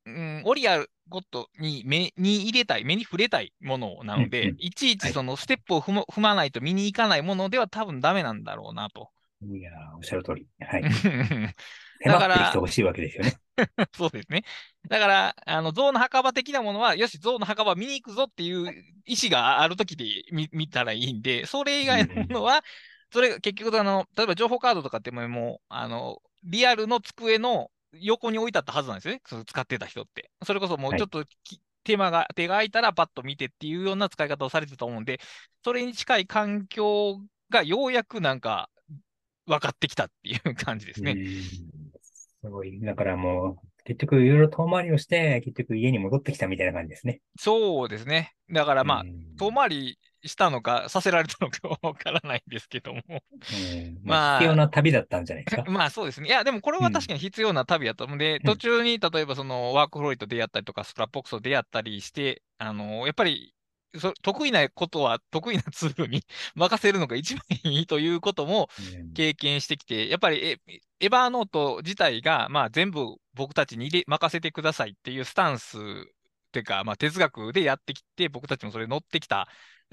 うん、折りあることに目に入れたい、目に触れたいものなのうんでうん、いちいはちいそのステップを踏む踏まないと見に行かないものでは多分ダメなんだろうなと。いやー、おっしゃる通り。はい。だ迫からってきてほしいわけですよね。 [laughs] そうですね。だから、あの、象の墓場的なものは、よし、象の墓場見に行くぞっていう意思があるときで見見たらいいんで、それ以外のものは、それが結局、あの、例えば情報カードとかってもうもう、あの、リアルの机の横に置いてあったはずなんですよね。その使ってた人って。それこそもうはいちょっとき、手間が、手が空いたらパッと見てっていうような使い方をされてたと思うんで、それに近い環境がようやくなんか、分かってきたっていう感じですね。うんすごい。だからもう、結局いろいろ遠回りをして、結局家に戻ってきたみたいな感じですね。そうですね。だからまあ、うん遠回りしたのか、させられたのかわからないんですけども。うんままああ、必要な旅だったんじゃ [laughs] ないですか。まあそうですね。いや、でもこれは確かに必要な旅やったので、ん途中に例えばそのワークフロイと出会ったりとか、スクラップボックスと出会ったりして、あのやっぱりそ得意なことは得意なツールに [laughs] 任せるのが一番いいということもうん経験してきて、やっぱりエ、エバーノート自体が、まあ、全部僕たちに入れ任せてくださいっていうスタンスっていうか、まあ、哲学でやってきて、僕たちもそれ乗ってきた、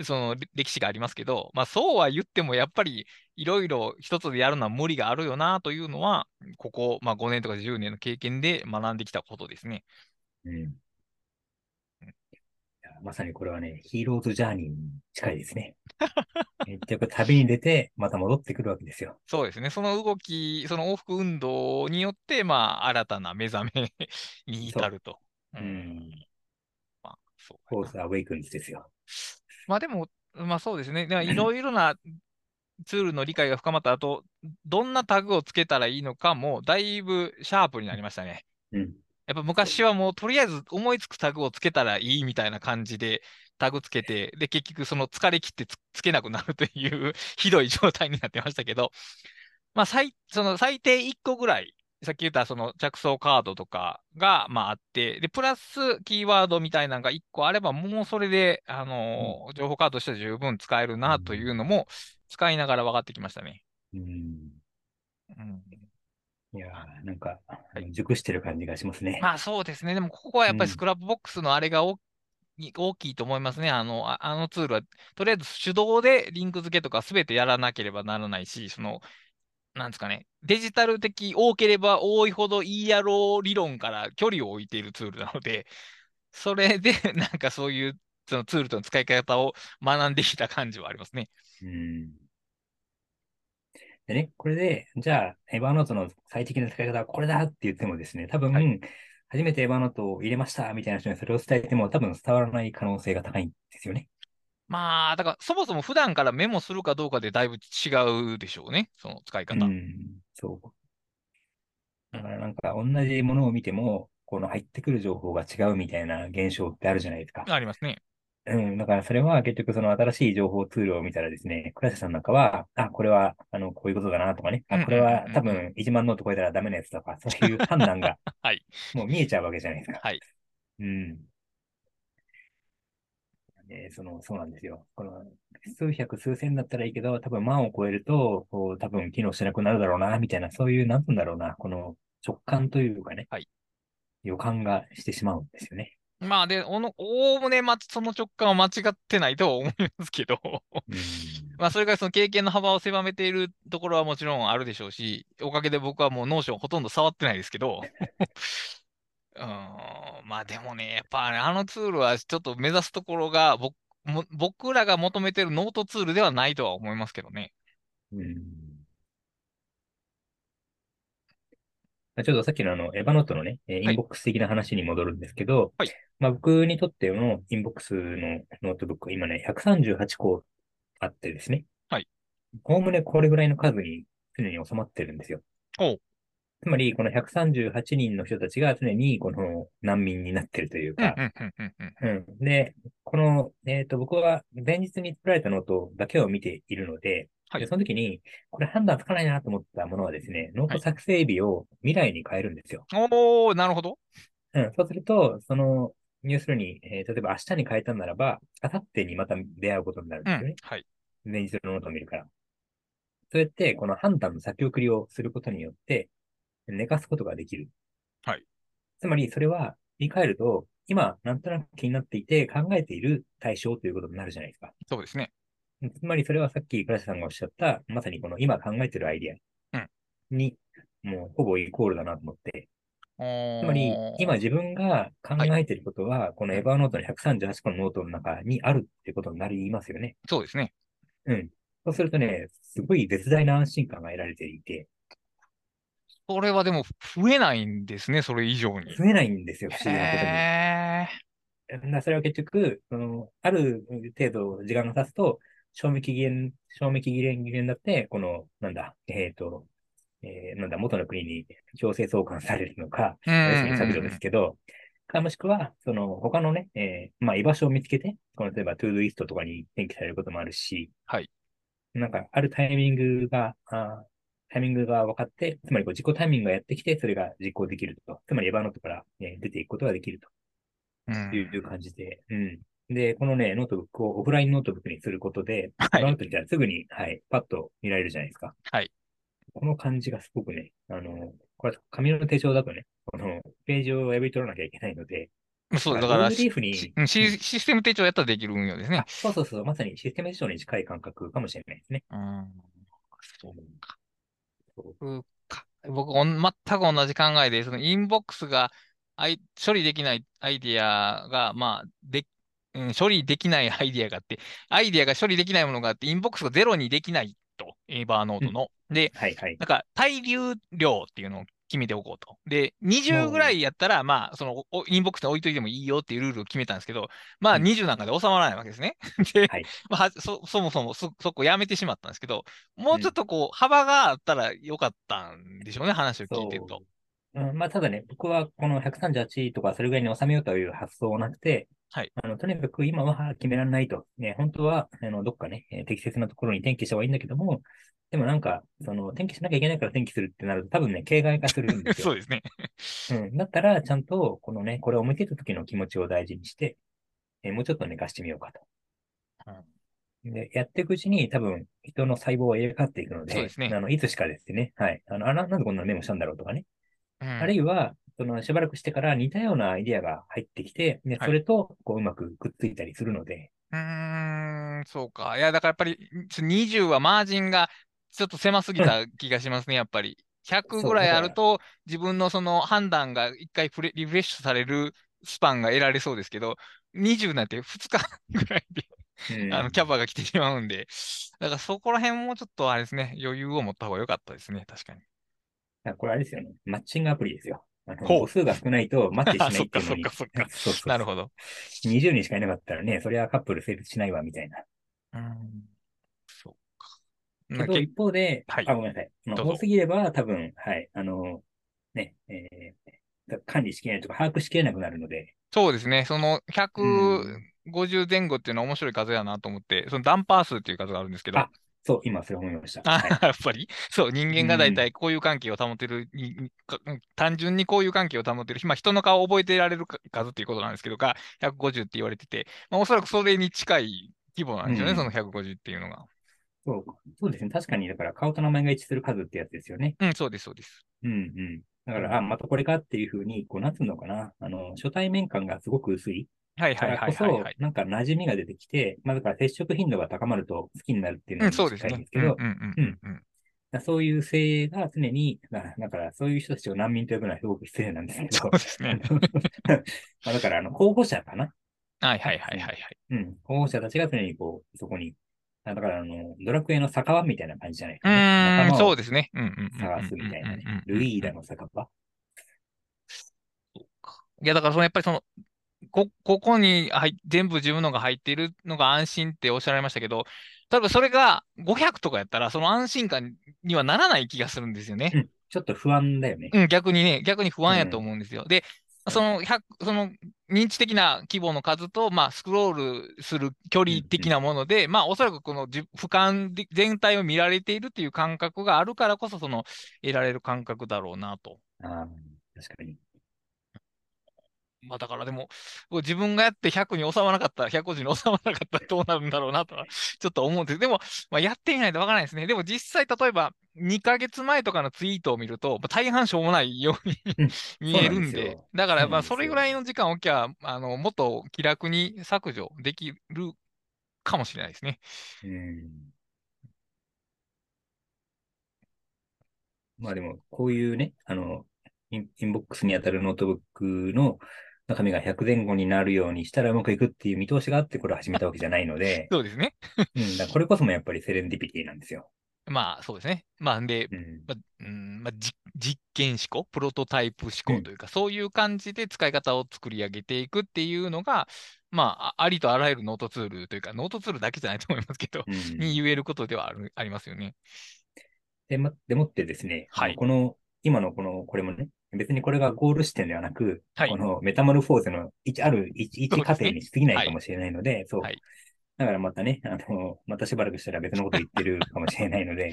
そのれ歴史がありますけど、まあ、そうは言っても、やっぱり、いろいろ一つでやるのは無理があるよなというのは、ここ、まあ、5年とか10年の経験で学んできたことですね。うんまさにこれはね、ヒーローズジャーニーに近いです [laughs] ね。結局旅に出て、また戻ってくるわけですよ。そうですね。その動き、その往復運動によって、まあ、新たな目覚めに至ると。う。ん。まあ、そうフォやーなスアウェイクンズですよ。まあでも、まあそうですね。だからいろいろなツールの理解が深まった後、どんなタグをつけたらいいのかも、だいぶシャープになりましたね。うん。やっぱ昔はもう、とりあえず思いつくタグをつけたらいいみたいな感じで、タグつけて、で、結局その疲れ切ってつつけなくなるという [laughs] ひどい状態になってましたけど、まあ最、その最低1個ぐらい、さっき言ったその着想カードとかが、まああって、で、プラスキーワードみたいなのが1個あれば、もうそれで、あのー情報カードとしては十分使えるなというのも、使いながら分かってきましたね。うん。うん、いやーなんか、い熟してる感じがしますね。まあそうですね。でもここはやっぱうんりスクラップボックスのあれが大きい大きいと思いますね。あの、ああのツールは、とりあえず手動でリンク付けとかすべてやらなければならないし、その、なんですかね、デジタル的多ければ多いほどいいやろう理論から距離を置いているツールなので、 [laughs] それで [laughs] なんかそういうそのツールとの使い方を学んできた感じはありますね。うん。でね、これで、じゃあ、エヴァノートの最適な使い方はこれだって言ってもですね、多分、は初めてエヴァノートを入れましたみたいな人にそれを伝えても多分伝わらない可能性が高いんですよね。まあ、だからそもそも普段からメモするかどうかでだいぶ違うでしょうね、その使いう方。ん、そう。だからなんか、同じものを見ても、この入ってくる情報が違うみたいな現象ってあるじゃないですか。ありますね。うん、だからそれは結局その新しい情報ツールを見たらですね、倉瀬さんなんかは、あ、これは、あの、こういうことだなとかね、うあ、んこれはうんうん多分1万ノート超えたらダメなやつとか、そういう判断が [laughs] はい、もう見えちゃうわけじゃないですか。はい。うん。で、その、そうなんですよ。この、数百、数千だったらいいけど、多分万を超えると、こう、多分機能しなくなるだろうな、みたいな、そういう、なんつうんだろうな、この直感というかね、はい予感がしてしまうんですよね。まあで、おの、おおむね、ま、その直感は間違ってないとは思いますけど、うん。 [laughs] まあ、それがその経験の幅を狭めているところはもちろんあるでしょうし、おかげで僕はもうノーションほとんど触ってないですけど、 [laughs] うーん、まあでもね、やっぱねあのツールはちょっと目指すところが、僕も、僕らが求めてるノートツールではないとは思いますけどね。うんちょっとさっきのあの、エヴァノートのね、えーはいインボックス的な話に戻るんですけど、はいまあ僕にとってのインボックスのノートブック、今ね、138個あってですね。はい。おおむねこれぐらいの数に常に収まってるんですよ。おうつまり、この138人の人たちが常にこの難民になってるといううん、うか、ん、うん、うん、うん。うん。で、この、えっと、僕は前日に作られたノートだけを見ているので、はいでその時に、これ判断つかないなと思ったものはですね、ノはートい作成日を未来に変えるんですよ。おー、なるほど。うん。そうすると、その、要するに、えー例えば明日に変えたならば、明後日にまた出会うことになるんうですよんね。、はい。前日のノートを見るから。そうやって、この判断の先送りをすることによって、寝かすことができる。はい。つまり、それは、言い換えると、今、なんとなく気になっていて、考えている対象ということになるじゃないですか。そうですね。つまり、それはさっき倉瀬さんがおっしゃった、まさにこの今考えているアイディアに、もうほぼイコールだなと思って、つつまり、今自分が考えていることは、このエヴァーノートの138個のノートの中にあるってことになりますよね。そうですね。そうするとね、すごい絶大な安心感が得られていて、それはでも増えないんですね、それ以上に。増えないんですよ、 [laughs] 不思議なことに。へだからそれは結局、その、ある程度時間が経つと、賞味期限、賞味期限切れになって、この、なんだ、えっ、と、えーなんだ、元の国に強制送還されるのか、要するえに削除ですけど、かもしくは、その、他のね、えーまあ、居場所を見つけて、この、例えば、トゥードゥイストとかに転記されることもあるし、はい。なんか、あるタイミングが、あータイミングが分かって、つまりこう自己タイミングがやってきて、それが実行できると。つまり、エヴァノートから、えー出ていくことができると。うんという感じで、うん。で、このね、ノートブックをオフラインノートブックにすることで、はいノートじゃすぐに、はい、パッと見られるじゃないですか。はい。この感じがすごくね、あの、これ紙の手帳だとね、このページを破り取らなきゃいけないので、そう、だかだかららローズリーフにしうんシシステム手帳やったらできるんようですねあ、。そうそうそう、まさにシステム手帳に近い感覚かもしれないですね。うんそう僕か僕、おん全く同じ考えで、そのインボックスがあい処理できないアイディアが、まあ、で、うん、処理できないアイディアがあって、アイディアが処理できないものがあって、インボックスがゼロにできないと、エーバーノートの。で、はいはい。なんか、対流量っていうのを決めておこうと。で、20ぐらいやったら、まあ、その、インボックスに置いといてもいいよっていうルールを決めたんですけど、まあ、20なんかで収まらないわけですね。 [laughs] で、はいまあ、そ、そもそもそ、そこやめてしまったんですけど、もうちょっとこう、幅があったらよかったんでしょうね、話を聞いてると。うん、まあ、ただね、僕はこの138とかそれぐらいに収めようという発想はなくて、はい。あの、とにかく今は決められないと。ね、本当は、あの、どっかね、えー適切なところに転記した方がいいんだけども、でもなんか、その、転記しなきゃいけないから転記するってなると、多分ね、形骸化するんで [laughs] すそうよ。ですね。うん。だったら、ちゃんと、このね、これを向けた時の気持ちを大事にして、えーもうちょっと寝かしてみようかと。うん。で、やっていくうちに、多分、人の細胞は入れ替わっていくので、そうですねあの、いつしかですね、はい。あの、あら、なんでこんなのメモしたんだろうとかね。うんあるいは、そのしばらくしてから似たようなアイディアが入ってきて、ねはいそれとこううまくくっついたりするので、うーん、そうか。いや、だからやっぱりん20はマージンがちょっと狭すぎた気がしますね、やっぱり。100ぐらいあると、自分のその判断が一回フレリフレッシュされるスパンが得られそうですけど、20なんて2日 [laughs] ぐらいで、うんあの、キャバが来てしまうんで、だからそこら辺もちょっとあれですね、余裕を持った方が良かったですね、確かに。あこれあれですよね。マッチングアプリですよ。あのほう母数が少ないとマッチしないっていうのに。 [laughs] あそっかそっかそっそうそうそうなるほど。 20人しかいなかったらね、そりゃカップル成立しないわ、みたいな。うん、そうか。けどけ一方で、はいあ、ごめんなさい。まあどうぞ多すぎれば多分、はい、あの、ね、えー管理しきれないとか把握しきれなくなるので、そうですね。そのう150前後っていうのは面白い数やなと思って、そのダンパー数っていう数があるんですけど、あそう、今それ思いました。あはい [laughs] やっぱり、そう、人間がだいたうい交友関係を保てる、ににか単純に交友関係を保てる、まあ、人の顔を覚えてられるか数っていうことなんですけど、が150って言われてて、まあ、おそらくそれに近い規模なんですよね、うんその150っていうのが。そうそうですね。確かに、だから顔と名前が一致する数ってやつですよね。うん、そうです、そうです。うんうん。だから、あ、またこれかっていうふうに、こう、なんつうのかな。あの、初対面感がすごく薄いはいはかいらはこいそ、はいはい。なんか馴染みが出てきて、まあだから接触頻度が高まると好きになるっていううのん、そうにです近ねいんです。けど、だうかんうんうんうんうん。らそういう性が常に、だだからそういう人たちを難民と呼ぶのはすごく失礼なんですけそどう、ですね。まあだから、あの、候補者かな。はいはいはいはいはい。うん。候補者たちが常にこう、そこに、あだから、あの、ドラクエの酒場みたいな感じじゃないでうすかね。ーん、仲間そうをですね。うんうんうんうん探すみたいなうんうんうんね。うんルイーダの酒場。そうかいや、だからそのやっぱりその、こ、ここに入全部自分のが入っているのが安心っておっしゃられましたけど、多分それが500とかやったら、その安心感にはならない気がするんですよね。うん。ちょっと不安だよね。うん、逆にね、逆に不安やと思うんですよ。で、その100、その認知的な規模の数と、まあ、スクロールする距離的なもので、まあ、おそらくこのじ俯瞰で全体を見られているっていう感覚があるからこそ、その得られる感覚だろうなと。ああ、確かに。まあだからでも、こう自分がやって100に収まらなかったら、150に収まらなかったらどうなるんだろうなとは、ちょっと思うんです。でも、まあ、やってみないとわからないですね。でも実際、例えば2ヶ月前とかのツイートを見ると、まあ大半しょうもないようにうん [laughs] 見えるんそうなんですでよ、だからそうまなんあですよそれぐらいの時間を置きゃ、あの、もっと気楽に削除できるかもしれないですね。、うん。まあでも、こういうね、あの、インインボックスに当たるノートブックの中身が100前後になるようにしたらうまくいくっていう見通しがあってこれを始めたわけじゃないのでそうですね。うん、だからこれこそもやっぱりセレンディピティなんですよ。まあそうですね。まあんで、うん。まあうんまあ、じ実験思考、プロトタイプ思考というか、そういう感じで使い方を作り上げていくっていうのが、まあ、あありとあらゆるノートツールというか、ノートツールだけじゃないと思いますけど、うんに言えることではあるありますよね。 [laughs] で、ま、でもってですね、はいこの、今のこの、これもね、別にこれがゴール視点ではなく、はいこのメタモルフォーゼの一、ある一、そうです一ね過程に過ぎないかもしれないので、そう。はいだからまたね、あの、またしばらくしたら別のこと言ってるかもしれないので、い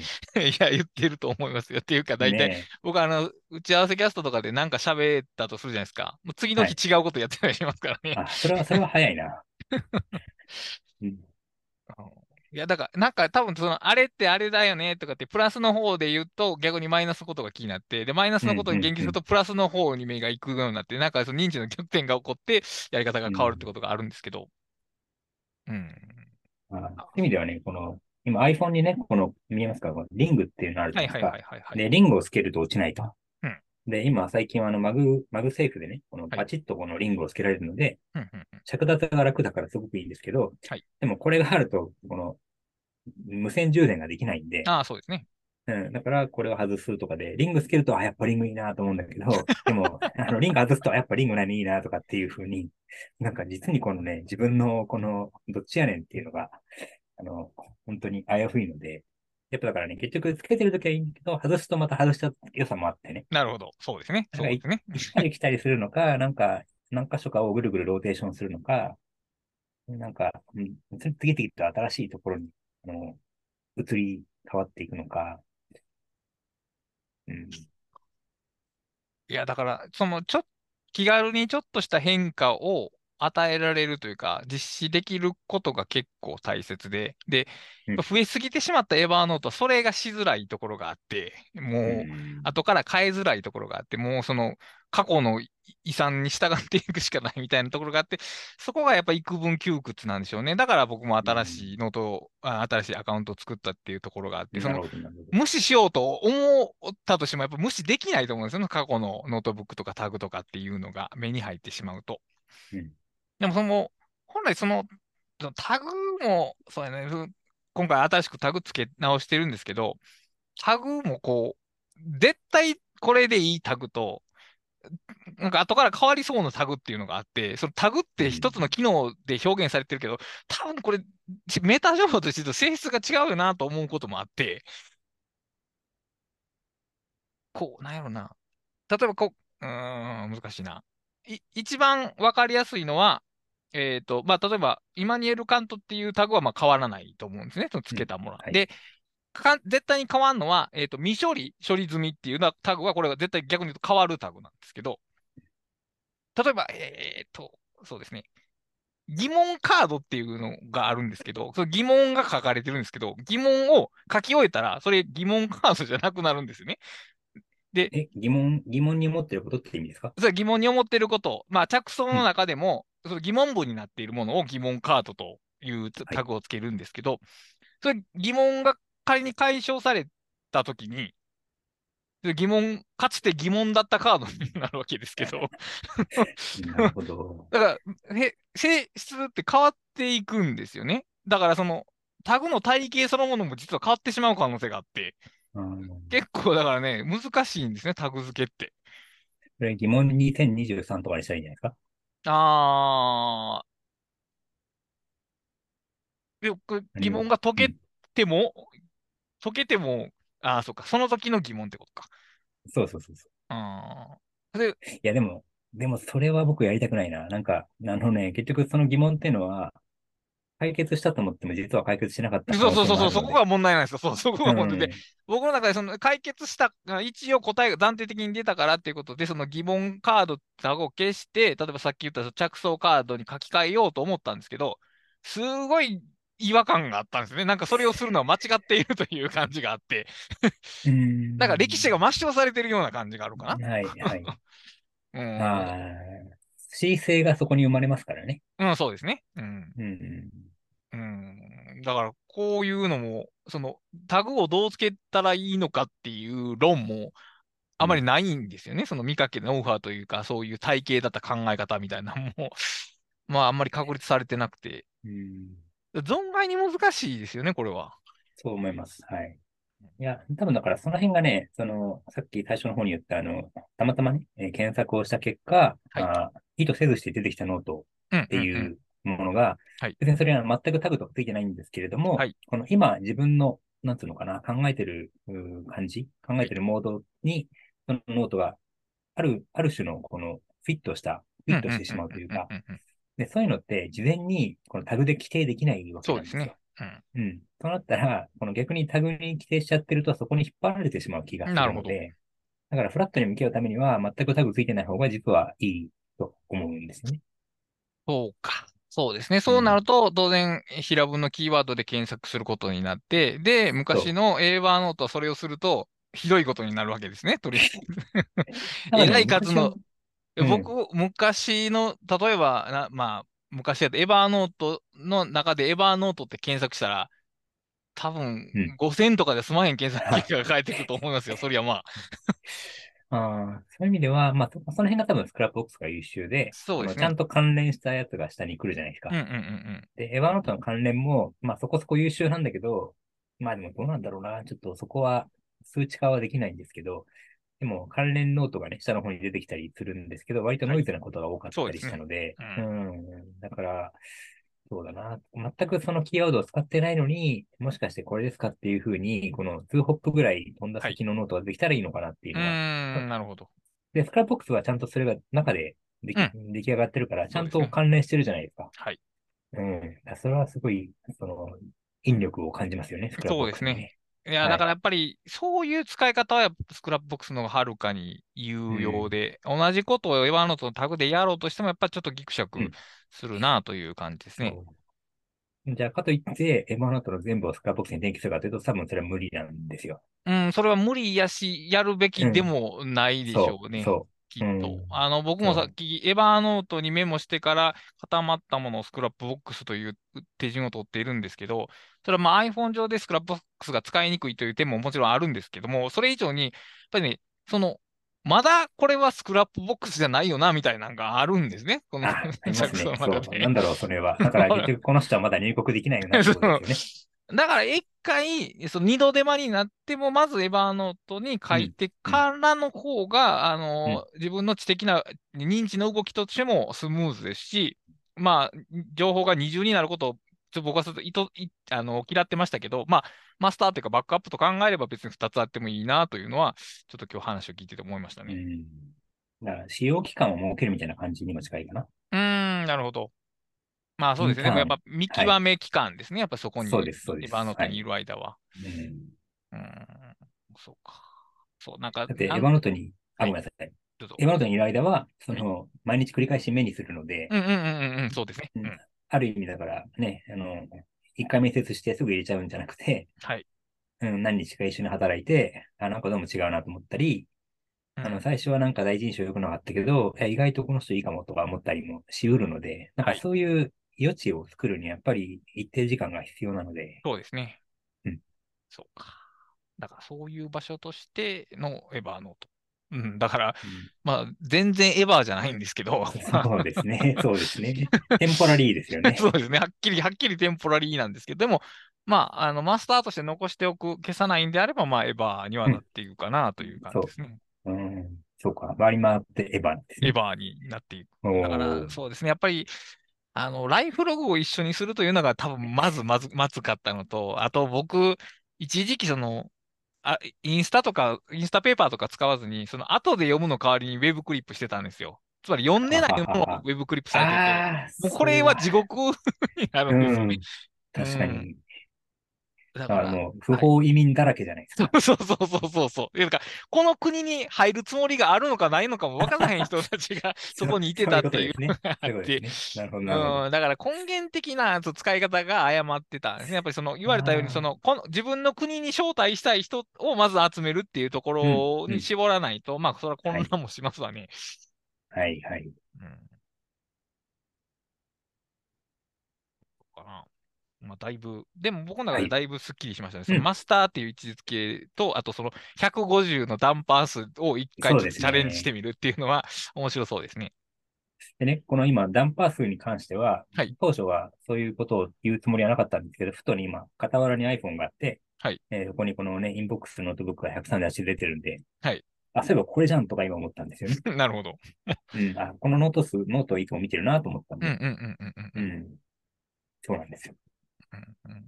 や、言ってると思いますよ。っていうか、 [laughs] 大体、ね僕、あの、打ち合わせキャストとかでなんか喋ったとするじゃないですか。もう次の日違うことやってたりしますからね。あ、それは、それは早いな。うんいや、だから、なんか多分その、あれってあれだよねとかって、プラスの方で言うと、逆にマイナスのことが気になって、で、マイナスのことに言及すると、プラスの方に目が行くようになって、なんかその認知の逆転が起こって、やり方が変わるってことがあるんですけど。うん。あそういう意味ではね、この、今 iPhone にね、この、見えますかこのリングっていうのあるじゃはないいではすいはか。いはいはい。で、リングをつけると落ちないとうん。で、今最近はあのマグ、マグセーフでね、このパチッとこのリングをつけられるので、うんうんうん着脱が楽だからすごくいいんですけど、はいでもこれがあると、この、無線充電ができないんで、ああ、そうですね。うん、だからこれを外すとかで、リングつけると、あ、やっぱリングいいなと思うんだけど、 [laughs] でも、あの、リング外すと、あやっぱリングないのいいなとかっていう風に、なんか実にこのね、自分のこの、どっちやねんっていうのが、あの、本当に危ういので、やっぱだからね、結局つけてるときはいいんだけど、外すとまた外した良さもあってね、なるほど。そうですね。そうはいですね。行ったり来たりするのか、 [laughs] なんか、何箇所かをぐるぐるローテーションするのか、なんか、うん次々と新しいところに、あの、移り変わっていくのか、うん、いや、だから、その、ちょ、気軽にちょっとした変化を与えられるというか、実施できることが結構大切で、で、うん増えすぎてしまったエヴァーノートは、それがしづらいところがあって、もう、うん後から変えづらいところがあって、もうその過去の遺産に従っていくしかないみたいなところがあって、そこがやっぱ幾分窮屈なんでしょうね。だから僕も新しいノートを、あ新しいアカウントを作ったっていうところがあって、そなるのほど、なるほど。無視しようと思ったとしても、やっぱ無視できないと思うんですよね。過去のノートブックとかタグとかっていうのが目に入ってしまうと。うんでもその、本来その、そのタグも、そうやね、ふ今回新しくタグ付け直してるんですけど、タグもこう、絶対これでいいタグと、なんか後から変わりそうなタグっていうのがあって、そのタグって一つの機能で表現されてるけど、多分これ、メタ情報として言うと性質が違うよなと思うこともあって、こう、なんやろな。例えばこう、うーん、難しいな。い、一番わかりやすいのは、えっと、まあ、例えば、イマニュエル・カントっていうタグはまあ変わらないと思うんですね。そのつけたものは。はいで、か絶対に変わるのは、えっと、未処理、処理済みっていうのはタグは、これは絶対逆に言うと変わるタグなんですけど、例えば、えっと、そうですね。疑問カードっていうのがあるんですけど、その疑問が書かれてるんですけど、疑問を書き終えたら、それ疑問カードじゃなくなるんですよね。え、疑問、疑問に思ってることって意味ですかそれは疑問に思っていること、まあ、着想の中でも、その疑問文になっているものを疑問カードというつはいタグをつけるんですけど、それ疑問が仮に解消されたときに、それ疑問、かつて疑問だったカードになるわけですけど、なるほど。だから、へ性質って変わっていくんですよね。だから、その、タグの体系そのものも実は変わってしまう可能性があって、うんこ結構だからね、難しいんですね、タグ付けって。れ疑問2023とかにしたらいいんじゃないですかああ。で、これ疑問が解けても、解けても、ああ、そうか、その時の疑問ってことか。そうそうそうそあう。いや、でも、でもそれは僕やりたくないな。なんか、あのね、結局その疑問っていうのは、解決したと思っても実は解決しなかっあ。たそうそうそうそう、そこがが問題なんですよ。そう、そこが問題で、うん僕の中でその解決した、あ一応答えが断定的に出たからっていうことで、その疑問カードタグを消して、例えばさっき言ったその着想カードに書き換えようと思ったんですけど、すごい違和感があったんですね。なんかそれをするのは間違っているという感じがあって。うんなんか歴史が抹消されてるような感じがあるかはい、はい。な。うん。ああ、恣意性がそこに生まれますからね。うん、そうですね。うん。うんうん。うん。だから、こういうのも、その、タグをどうつけたらいいのかっていう論も、あまりないんですよね。その見かけのノウハウというか、そういう体系だった考え方みたいなのも、 [laughs] まあ、あんまり確立されてなくて、うん存外に難しいですよね、これは。そう思います。はい。いや、多分だからその辺がね、その、さっき最初の方に言った、あの、たまたまね、えー検索をした結果、はいあー意図せずして出てきたノートうん、っていんん。うものが、はい別にそれは全くタグとかついてないんですけれども、はいこの今自分の、なんつうのかな、考えてるうー感じ、考えてるモードに、そのノートがある、ある種のこのフィットした、フィットしてしまうというかん、んんんんんで、そういうのって事前にこのタグで規定できないわけそうなんでですすよ。ね。うん。うん。となったら、この逆にタグに規定しちゃってると、そこに引っ張られてしまう気がすなるるほのどで、だからフラットに向き合うためには、全くタグついてない方が実はいいと思うんですね。そうか。そうですね。そうなると、当然、平文のキーワードで検索することになって、で、昔の A バーノートはそれをすると、ひどいことになるわけですね、とりあえず。えらい数のうん僕、昔の、例えば、なまあ、昔やったエバーノートの中でエバーノートって検索したら、多分うん5000とかで済まへん検索結果が返ってくると思いますよ。そりゃまあ。ああ、そういう意味では、まあ、そその辺が多分スクラップボックスが優秀で、そうですあのちゃね。んと関連したやつが下に来るじゃないですかうん。うんうんうん。で、エヴァノートの関連も、まあそこそこ優秀なんだけど、まあでもどうなんだろうな。ちょっとそこは数値化はできないんですけど、でも関連ノートがね、下の方に出てきたりするんですけど、割とノイズなことが多かったそうでりすねしたので、ううん。だから、そうだな。全くそのキーワードを使ってないのに、もしかしてこれですかっていうふうに、この2ホップぐらい飛んだ先のノートができたらいいのかなっていううのは、ーん、なるほど。で、スクラップボックスはちゃんとそれが中でできう出来上がってるから、ちゃんそうですとね関連してるじゃないですか。はい。うん。だからそれはすごい、その、引力を感じますよね、スクラップボックスにね。いや、はいだからやっぱり、そういう使い方はやっぱスクラップボックスの方がはるかに有用で、同じことをエヴァノートのタグでやろうとしても、やっぱりちょっとギクシャうクんするなという感じですね。そうじゃあ、かといって、エヴァノートの全部をスクラップボックスに転記するかというと、多分それは無理なんですよ。うん、それは無理やし、やるべきでもないでしょそうう、ね、そきっうとん。あの、僕もさっき、エヴァノートにメモしてから固まったものをスクラップボックスという手順を取っているんですけど、それはまあ iPhone 上でスクラップボックスが使いにくいという点ももちろんあるんですけども、それ以上に、やっぱりね、その、まだこれはスクラップボックスじゃないよな、みたいなのがあるんですね、こうのあ、あ [laughs] りまジャすックソンの中ね。そう。でなんだろう、それは。だから、結局、この人はまだ入国できない [laughs] よな、ってことですだから一回、その二度手間になっても、まずエヴァノートに書いてからの方が、あの、自分の知的な認知の動きとしてもスムーズですし、まあ、情報が二重になることを、ちょっと僕はちょっと意図いあの嫌ってましたけど、まあ、マスターというかバックアップと考えれば別に二つあってもいいなというのは、ちょっと今日話を聞いてて思いましたよね。うね。ん。だから、使用期間を設けるみたいな感じにも近いかな。うーん、なるほど。まあそうですね。うんでもやっぱ見極め期間ですね。やっぱそこに、そうです、そうでエす。ヴァノートはにいい。る間は。うんうーん、そうか。そう、なんか、だって、エヴあァんノートに、あ、はいごめんなさい。どうぞエヴァノートにいる間は、その、毎日繰り返し目にするので、うんうんうんうんうん、そうですね。ううんん、ある意味だからね、あの、一回面接してすぐ入れちゃうんじゃなくて、はい。うん、何日か一緒に働いて、あ、なんかどうも違うなと思ったり、うんあの、最初はなんか第一印象良くなかったけど、いや意外とこの人いいかもとか思ったりもしうるので、なんはかいそういう余地を作るにはやっぱり一定時間が必要なので、そうですね。うん。そうか。だから、そういう場所としてのエヴァノート。うん、だから、まあ、全然エヴァじゃないんですけど、 [laughs] そうです [laughs] ね、そうですね。テンポラリーですよね。そうですね。はっきり、はっきりテンポラリーなんですけど、でも、まあ、あの、マスターとして残しておく、消さないんであれば、まあ、エヴァにはなっていくかなという感じですね。うん、そうか、回り回ってエヴァですエね。ヴァになっていく。おだから、ーそうですね。やっぱり、あの、ライフログを一緒にするというのが多分、まずまず、まずかったのと、あと僕、一時期その、あ、インスタとか、インスタペーパーとか使わずに、その後で読むの代わりにウェブクリップしてたんですよ。つまり読んでないものをウェブクリップされあてて、もうこれは地獄になあるんですようんね。確かうに。だだかからら、もう不法移民だらけじゃないですか。 [laughs] そうそうそうそうそう。いやだから、この国に入るつもりがあるのかないのかも分からへん人た [laughs] ちがそこにいてたっていうそういうことですね。あそうい [laughs] っうことて、ですね。なるほど、なるほど。うん、だから根源的なそう使い方が誤ってたんですね。やっぱりその言われたようにあーそのこの自分の国に招待したい人をまず集めるっていうところうんうんに絞らないと、まあそれは混乱もしますわね。はい、はい。うん。そうかな。まあ、だいぶ、でも僕の中はでいだいぶスッキリしましたね。そのうんマスターっていう位置づけと、あとその150のダンパー数を一回ちそょっうとですチャレンジねしてみるっていうのは面白そうですね。 [laughs] でね、この今、ダンパー数に関しては、はい当初はそういうことを言うつもりはなかったんですけど、ふとに今、傍らに iPhone があって、はいえーそこにこのね、インボックスノートブックが138出てるんで、はいあ、そういえばこれじゃんとか今思ったんですよね。なるほど。うん、あ、このノート数、ノートをいつも見てるなと思ったんうんうんで、うんうんうんうん、そうなんですよ。うんうん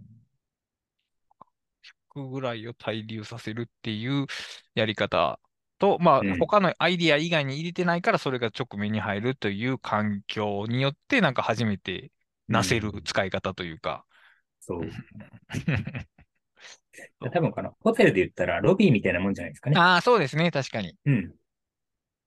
100ぐらいを滞留させるっていうやり方と、まあ、うん他のアイディア以外に入れてないから、それが直面に入るという環境によって、なんか初めてなせるうん使い方というか。 [laughs] そう。そう多分この、ホテルで言ったらロビーみたいなもんじゃないですかね。ああ、そうですね、確かに。うん。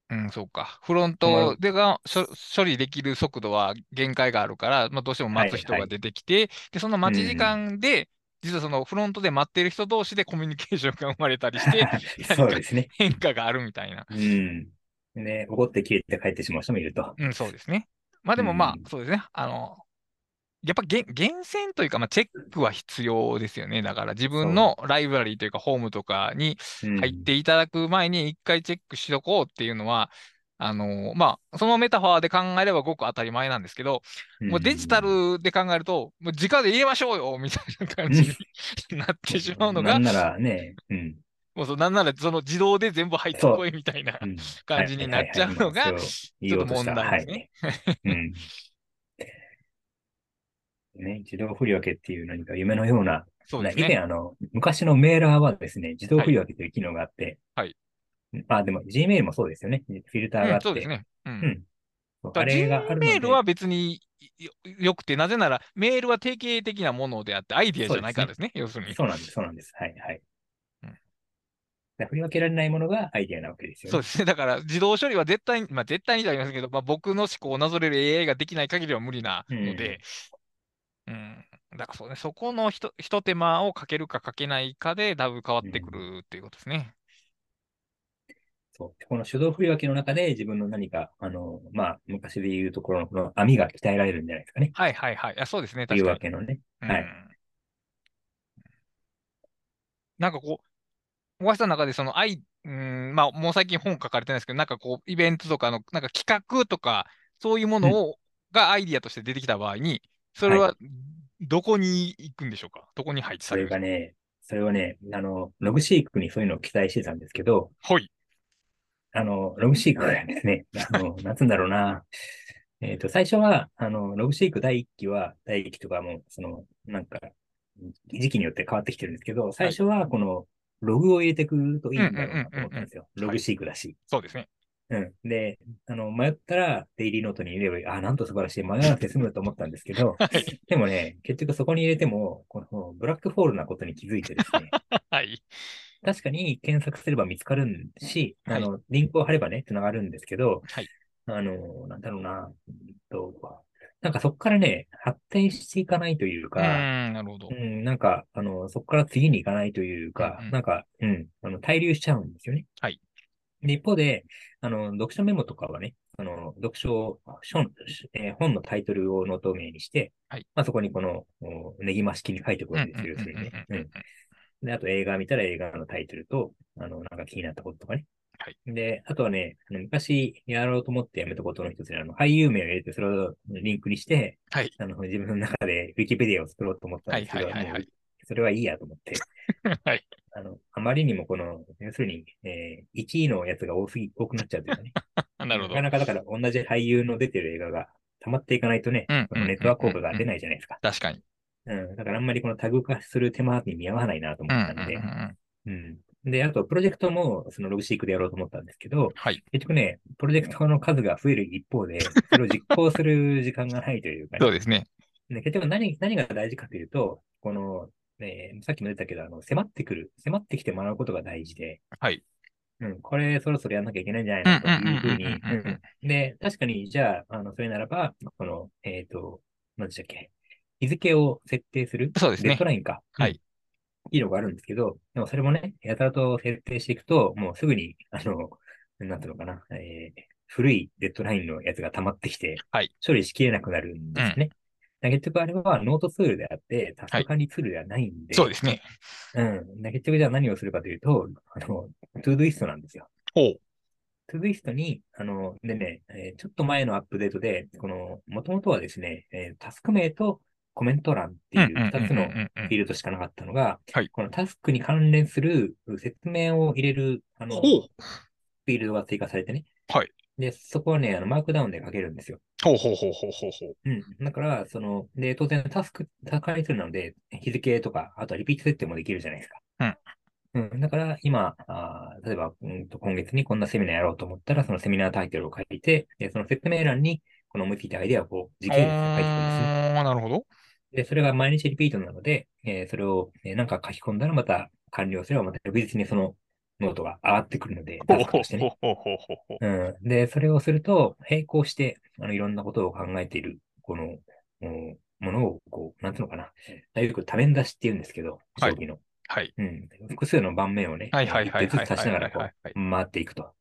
うん、そうか。フロンまトあでが処処理できる速度は限界があるから、まあ、どうしても待つ人はいがはい出てきて、で、その待ち時間で、実はそのフロントで待ってる人同士でコミュニケーションが生まれたりして、 [laughs] なんかそうですね。変化があるみたいな。うん。ね、怒って切れて帰ってしまう人もいると。うん、そうですね。まあでもまあう、んそうですね。あの、やっぱ厳厳選というか、まあ、チェックは必要ですよね。だから自分のライブラリーというか、ホームとかに入っていただく前に一回チェックしとこうっていうのは、あのまあ、そのメタファーで考えればごく当たり前なんですけど、もうデジタルで考えると、もう直で入れましょうよみたいな感じになってしまうのが、なんならね、うん。もうそうなんならその自動で全部入ってそうこいみたいなうん感じになっちゃうのが、はいはいはいはいちそょうっと問題ですね。言おうとしたはいうんね、自動振り分けっていう何か夢のような、そうです以前ね。あの、昔のメーラーはですね、自動振り分けという機能があって、はいあ、でも Gmail もそうですよね。フィルターうがあん、って。そうですね。うんうんそうだからあれがあるので Gmail は別によよくて、なぜならメールは定型的なものであって、アイディアじゃないからですね、要するに。そうなんです、そうなんです。はい、はい。うんだから振り分けられないものがアイデアなわけですよそうね。ですね。だから自動処理は絶対に、まあ絶対にじゃありませんけど、まあ僕の思考をなぞれる AI ができない限りは無理なので、うん。だからそうね、そこのひとひと手間をかけるかかけないかで、だいぶ変わってくるっていうことですね。そうでこの手動振り分けの中で自分の何か、あの、まあ、昔で言うところのこの網が鍛えられるんじゃないですかね。はいはいはい。あ、そうですね、振り確か分に。けのね。うはいん。なんかこう、小林さんの中でその愛、うん、まあもう最近本書かれてないですけど、なんかこう、イベントとかの、なんか企画とか、そういうものを、がアイディアとして出てきた場合に、それはどこに行くんでしょうかどこに配置そされれるがね、それはね、あの、ログシークにそういうのを記載してたんですけど、ほい。あの、ログシークがですね、あの、なんつうんだろうな。えっと、最初は、あの、ログシーク第1期は、第1期とかも、その、なんか、時期によって変わってきてるんですけど、最初は、この、ログを入れてくるといいんだろうなと思ったんですよ。んうんうんうんログシークだし。そうですね。 [laughs] うん。で、あの、迷ったら、デイリーノートに入れればいい。あ、なんと素晴らしい。迷わなくて済むと思ったんですけど、でもね、結局そこに入れても、この、ブラックホールなことに気づいてですね、はい。確かに検索すれば見つかるんし、はいあの、リンクを貼ればね、つながるんですけど、はいあの、なんだろうな、うんと、なんかそこからね、発展していかないといううーか、ん、なるほどう。ん、なんか、あの、そこから次に行かないというか、うんうんなんか、うん、あの、滞留しちゃうんですよね。はい。で、一方で、あの、読書メモとかはね、あの、読書を、書えー本のタイトルをノート名にして、はいまあ、そこにこの、おねぎま式に書いておくうんうわんけですよ、要するにね。ううんうんうんん。で、あと映画見たら映画のタイトルと、あの、なんか気になったこととかね。はい。で、あとはね、あの昔やろうと思ってやめたことの一つに、あの、俳優名を入れて、それをリンクにして、はい。あの、自分の中でウィキペディアを作ろうと思ったんですけど、はいはいはいはいもうそれはいいやと思って、 [laughs] はい。あの、あまりにもこの、要するに、えー、1位のやつが多すぎ、多くなっちゃうというかね。 [laughs] なるほど。なかなかだから同じ俳優の出てる映画が溜まっていかないとね、うんこのネットワーク効果が出ないじゃないですか。確かに。うん。だからあんまりこのタグ化する手間に見合わないなとう思んうったんうんんうで、ん。うん。で、あと、プロジェクトも、そのログシークでやろうと思ったんですけど、はい。結局ね、プロジェクトの数が増える一方で、それを実行する時間がないというかそね、うですね。で結局何、何が大事かというと、この、えーさっきも出たけど、あの、迫ってくる、迫ってきてもらうことが大事で、はい。うん、これそろそろやんなきゃいけないんじゃないうのんというふうに、うんうんうんうんうんうんで、確かに、じゃあ、あの、それならば、この、えっ、と、何でしたっけ、日付を設定する、そうですデッねド。ラインか。はいうん。いいのがあるんですけど、でもそれもね、やたらと設定していくと、もうすぐに、あの、なんていうのかな、えー古いデッドラインのやつが溜まってきて、はい処理しきれなくなるんですよね。だから結局あれはノートツールであって、タスク管理ツールではないんで、そうですね。うん。だから結局じゃあ何をするかというと、あの、トゥードゥイストなんですよ。ほう。トゥードゥイストに、あの、でね、えーちょっと前のアップデートで、この、もともとはですね、えータスク名とコメント欄っていう2つのうんうんうんうんうんフィールドしかなかったのが、はいこのタスクに関連する説明を入れるあのほフう。ィールドが追加されてね。はい。で、そこはね、あのマークダウンで書けるんですよ。ほうほうほうほうほうほう。うん。だから、その、で、当然タスク、タスク管理ツールなので、日付とか、あとはリピート設定もできるじゃないですか。うん。だから、今、あー例えば、うんと、今月にこんなセミナーやろうと思ったら、そのセミナータイトルを書いて、で、その説明欄に、この思いついたアイデアをこう、時系列で書いていくんですね。あーなるほど。で、それが毎日リピートなので、えーそれを、えーなんか書き込んだらまた完了すれば、また翌日にそのノートが上がってくるので、ほうタスクほうとしてほうね。ほうほうほうほう。うん。で、それをすると、並行して、あの、いろんなことを考えている、この、うんものを、こう、なんていうのかな。よく多面出しって言うんですけど、はい将棋の。はい。うん。複数の盤面をね、はいはいはい一手はずいつ足しながら、こうは、いはい。回っていくと。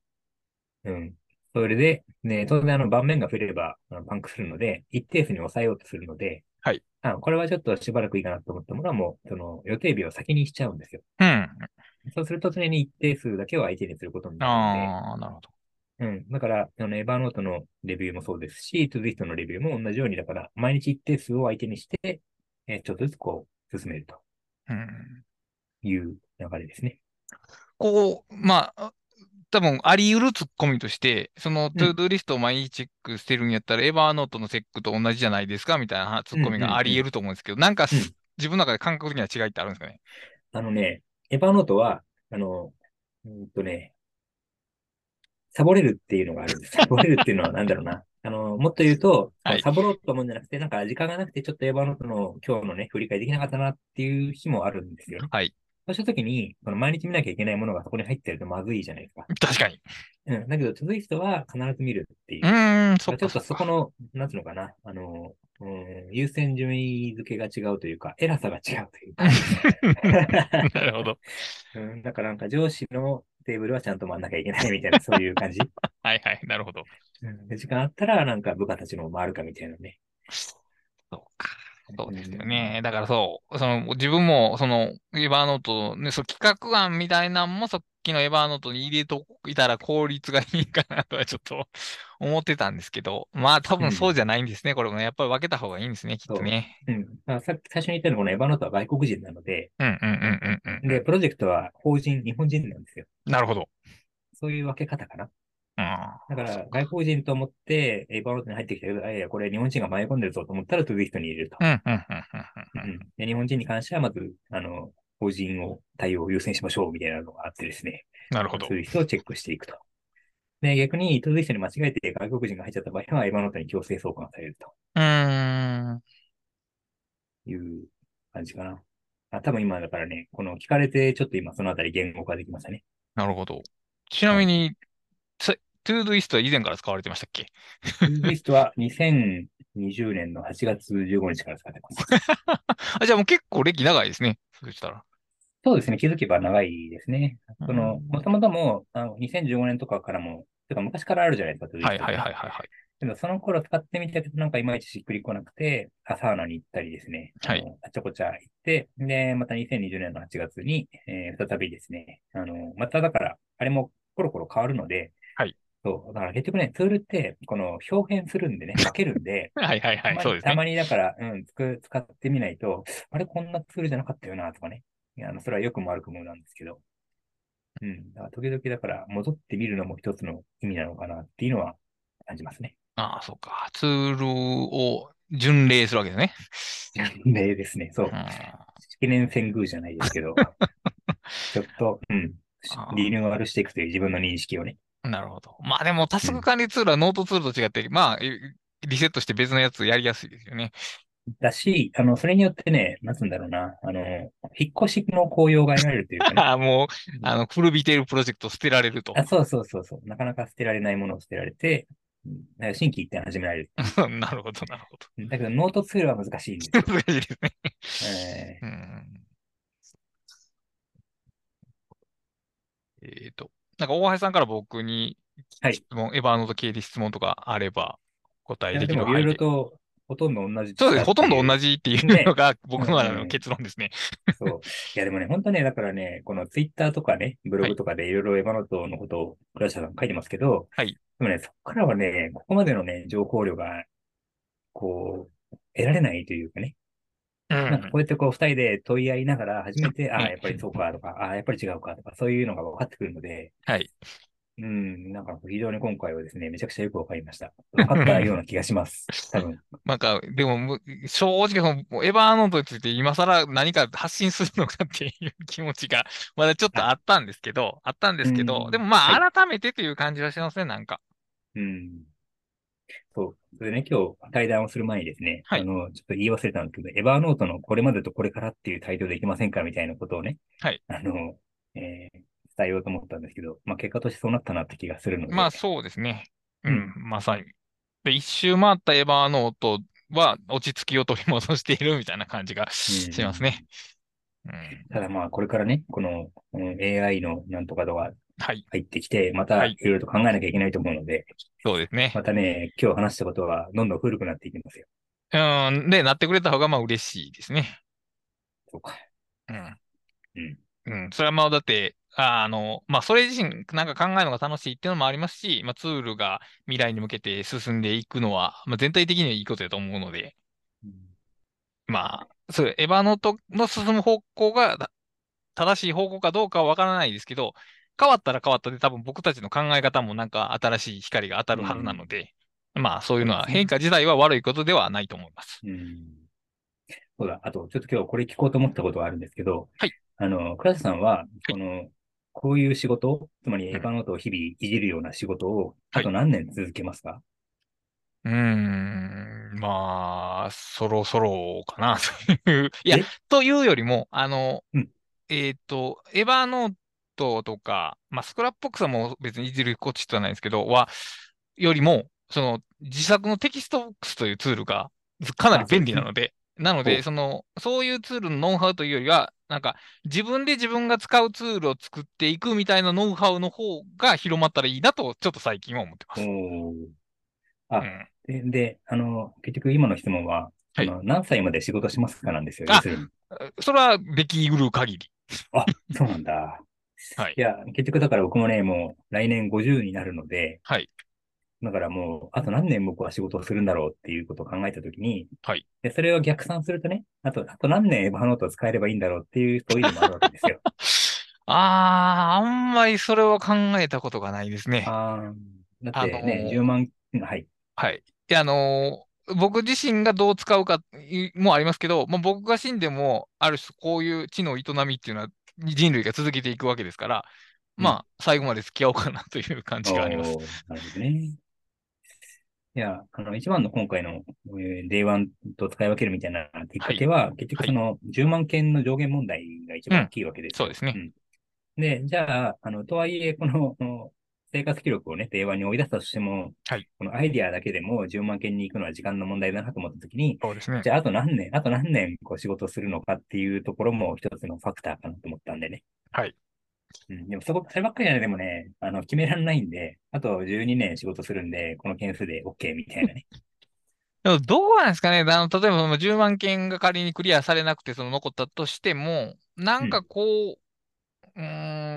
うん。それで、ね、当然あの盤面が増えればあのパンクするので、一定数に抑えようとするので、はいあのこれはちょっとしばらくいいかなと思ったものはもう、その予定日を先にしちゃうんですよ。うん。そうすると常に一定数だけを相手にすることになるのああ、なるほど。で、うん。だから、あの、エヴァーノートのレビューもそうですし、トゥーズヒットのレビューも同じように、だから、毎日一定数を相手にして、えーちょっとずつこう、進めるとうん。いう流れですね。こう、まあ、多分あり得るツッコミとして、そのトゥードゥーリストを毎日チェックしてるんやったら、エヴァーノートのチェックと同じじゃないですかみたいなツッコミがあり得ると思うんですけど、なんかすうん自分の中で感覚的な違いってあるんですかね。あのね、エヴァーノートは、あの、うーんとね、サボれるっていうのが [laughs] あるんです。サボれるっていうのはなんだろうな。あの、もっと言うと、はいサボろうと思うんじゃなくて、なんか時間がなくて、ちょっとエヴァーノートの今日のね、振り返りできなかったなっていう日もあるんですよね。はい。そうしたときに、この毎日見なきゃいけないものがそこに入ってるとまずいじゃないですか。確かに。うん。だけど、続い人は必ず見るっていうう。ーん、そっちかょっとそそっこか。の、なんつうのかな、あの、うん、優先順位付けが違うというか、偉さが違うというか。 [laughs] なるほど。うん、だからなんか上司のテーブルはちゃんと回んなきゃいけないみたいな、そういう感じ。はいはい、なるほど。 [laughs] うん、で時間あったら、なんか部下たちのも回るかみたいなね。そうか。そうですよね。だからそう、その自分もそのエヴァーノート、ね、そう企画案みたいなんもさっきのエヴァーノートに入れといたら効率がいいかなとはちょっと思ってたんですけど、まあ多分そうじゃないんですね。これもねやっぱり分けた方がいいんですね、きっとね。うん。うんまあ、さ最初に言ったように、このエヴァノートは外国人なので、うんうんうんうんうん。で、プロジェクトは法人、日本人なんですよ。なるほど。そういう分け方かな。うん。だから、外国人と思って、エヴァノートに入ってきたけど、いやいや、これ日本人が迷い込んでるぞと思ったら、トゥービヒトに入れるとう。んうんうんうんうんうんで日本人に関しては、まず、あの、法人を対応を優先しましょうみたいなのがあってですね。なるほどそう。いう人をチェックしていくと。で、逆に、トゥー人に間違えて外国人が入っちゃった場合は、エヴァノートに強制送還されるうーん。という感じかな。あ、多分今だからね、この聞かれて、ちょっと今そのあたり言語化できましたね。なるほど。ちなみに、さトゥードゥイストは以前から使われてましたっけ [laughs] トゥーリストは2020年の8月15日から使ってます。あ、じゃあもう結構歴長いですね。そうしたら。そうですね、気づけば長いですね。その、うんもともともうあの2015年とかからも、てか昔からあるじゃないですか、トゥーリはいストはいはいはいはい。でもその頃使ってみたけど、なんかいまいちしっくりこなくて、あサウナに行ったりですね、はいあのあちゃこちゃ行って、で、また2020年の8月に、えー再びですね、あの、まただから、あれもコロコロ変わるので、はい。そう、だから結局ね、ツールって、この表現するん [laughs] でね、書けるんで、はいはいはい、たそうまでにすねた。まにだから、うん、つく使ってみないと、あれこんなツールじゃなかったよな、とかね。いやあのそれは良くも悪くもなんですけど。うん。だから時々だから、戻ってみるのも一つの意味なのかなっていうのは感じますね。ああ、そうか。ツールを巡礼するわけですね。 [laughs] 名ですね。そうう。ん式年遷宮じゃないで [laughs] すけど、ちょっと、うんあ。ーリニューアルしていくという自分の認識をね。なるほど。まあでも、タスク管理ツールはノートツールと違って、まあ、えリセットして別のやつやりやすいですよね。だし、あの、それによってね、なんつうんだろうな、あの、引っ越しの効用が得られるというかね。 [laughs] ああ、もう、あの、古びているプロジェクト捨てられると。あそうそうそうそう。なかなか捨てられないものを捨てられて、うんだから新規一点始められる。 [laughs] なるほど、なるほうんだけど、ノートツールは難しいんですど。難しいですね。よ。 [laughs] えうん。えっと、なんか大橋さんから僕にはい質問、エヴァノート系で質問とかあれば答ーえいやでできるも、い範ろ囲いろで。と、ほとんど同じ。そうです。ほとんどじ。同じっていうねのが僕のあうんうのん結論ですね。そう。いや、でもね、本当ね、だからね、このツイッターとかね、ブログとかでいろいろエヴァノートのことを倉下さん書いてますけど、はい。でもね、そこからはね、ここまでのね、情報量が、こう、得られないというかね、うなんかんこうやってこう二人で問い合いながら初めて、ああ、うんやっぱりそうかとか、ああ、やっぱり違うかとか、そういうのが分かってくるので、はい。うん、なんか非常に今回はですね、めちゃくちゃよく分かりました。分かったような気が [laughs] します。多分。なんか、でもむ、正直、そのエヴァーノートについて今更何か発信するのかっていう気持ちが、まだちょっとあったんですけど、あったんですけうど、んでもまはあ、改めてという感じはしますね、なんか。うん。そう。それでね、今日対談をする前にですね、はいあの、ちょっと言い忘れたんですけど、エヴァーノートのこれまでとこれからっていうタイトルでいきませんかみたいなことをね、はいあの、えー伝えようと思ったんですけど、まあ結果としてそうなったなって気がするので、まあ、そうですね。ううんん、まさに。で、一周回ったエヴァーノートは落ち着きを取り戻しているみたいな感じがしますね。うん。ただまあこれからね、この、この AI のなんとかとかはい、入ってきて、またはいいろいろと考えなきゃいけないと思うので、そうですねま。たね、今日話したことはどんどん古くなっていきますよ。うん、で、なってくれた方がまあ嬉しいですね。そうか。うん。うん。うん。それはまあ、だって、ああの、まあ、それ自身、なんか考えるのが楽しいっていうのもありますし、まあ、ツールが未来に向けて進んでいくのは、まあ、全体的にはいいことだと思うので、まあ、そう、エヴァノートの進む方向がだ正しい方向かどうかはわからないですけど、変わったら変わったで多分僕たちの考え方もなんか新しい光が当たるはずなので、まあそういうのはそうですね変化自体は悪いことではないと思います。うん。そうだ。あと、ちょっと今日これ聞こうと思ったことがあるんですけど、はい。あの、倉田さんは、いこの、こういう仕事、つまりうんエヴァノートを日々いじるような仕事を、はいあと何年続けますかうーん、まあ、そろそろかな、という。いやえ、というよりも、あのうん、えっと、エヴァノートとか、まあ、スクラップボックスはもう別にいじるこっちとはないんですけど、は、よりも、その、自作のテキストボックスというツールがかなり便利なので、なのおで、その、そういうツールのノウハウというよりは、なんか、自分で自分が使うツールを作っていくみたいなノウハウの方が広まったらいいなと、ちょっと最近は思ってまおす。ーうあん。で、で、あの、結局今の質問は、はいあの何歳まで仕事しますかなんですよ。あ要するに。それはできうる限り。そうなんだ。はいいや、結局だから僕もね、もう来年50になるので、はい。だからもう、あと何年僕は仕事をするんだろうっていうことを考えたときに、はいで。それを逆算するとね、あと、あと何年エヴァノートを使えればいいんだろうっていう、そういうのもあるわけです [laughs] よ。あー、あんまりそれは考えたことがないですね。あーだってね、あのー10万、うんはい。はい。いや、あのー僕自身がどう使うかいもありますけど、まあ、僕が死んでも、ある種こういう知の営みっていうのは人類が続けていくわけですから、まあ、最後まで付き合おうかなという感じがあります。おーなるほどね。いや、あの、一番の今回の、えー、デイワンと使い分けるみたいなきっかけは、結局その10万件の上限問題が一番大きいわけですそうですね。で、じゃあ、あの、とはいえ、この、この生活記録をね、令和に追い出したとしても、はいこのアイディアだけでも10万件に行くのは時間の問題だなと思ったときに、そうですねじ。ゃあ、あと何年、あと何年、こう、仕事するのかっていうところも一つのファクターかなと思ったんでね。はい。うん、でも、そこ、そればっかりはね、でもね、あの、決められないんで、あと12年仕事するんで、この件数で OK みたいな [laughs] ね。でもどうなんですかね。あの、例えばその10万件が仮にクリアされなくて、その残ったとしても、なんかこう、うー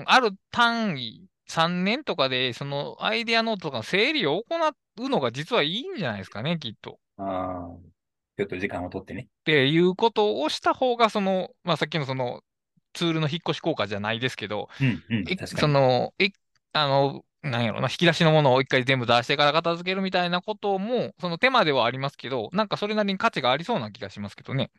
ん、ある単位、3年とかで、そのアイデアノートとかの整理を行うのが実はいいんじゃないですかね、きっと。ああ、ちょっと時間を取ってね。っていうことをした方が、その、まあ、さっきのその、ツールの引っ越し効果じゃないですけど、うん、うん、い確かそに。の、いあの、なんやろな、引き出しのものを一回全部出してから片付けるみたいなことも、その手間ではありますけど、なんかそれなりに価値がありそうな気がしますけどね。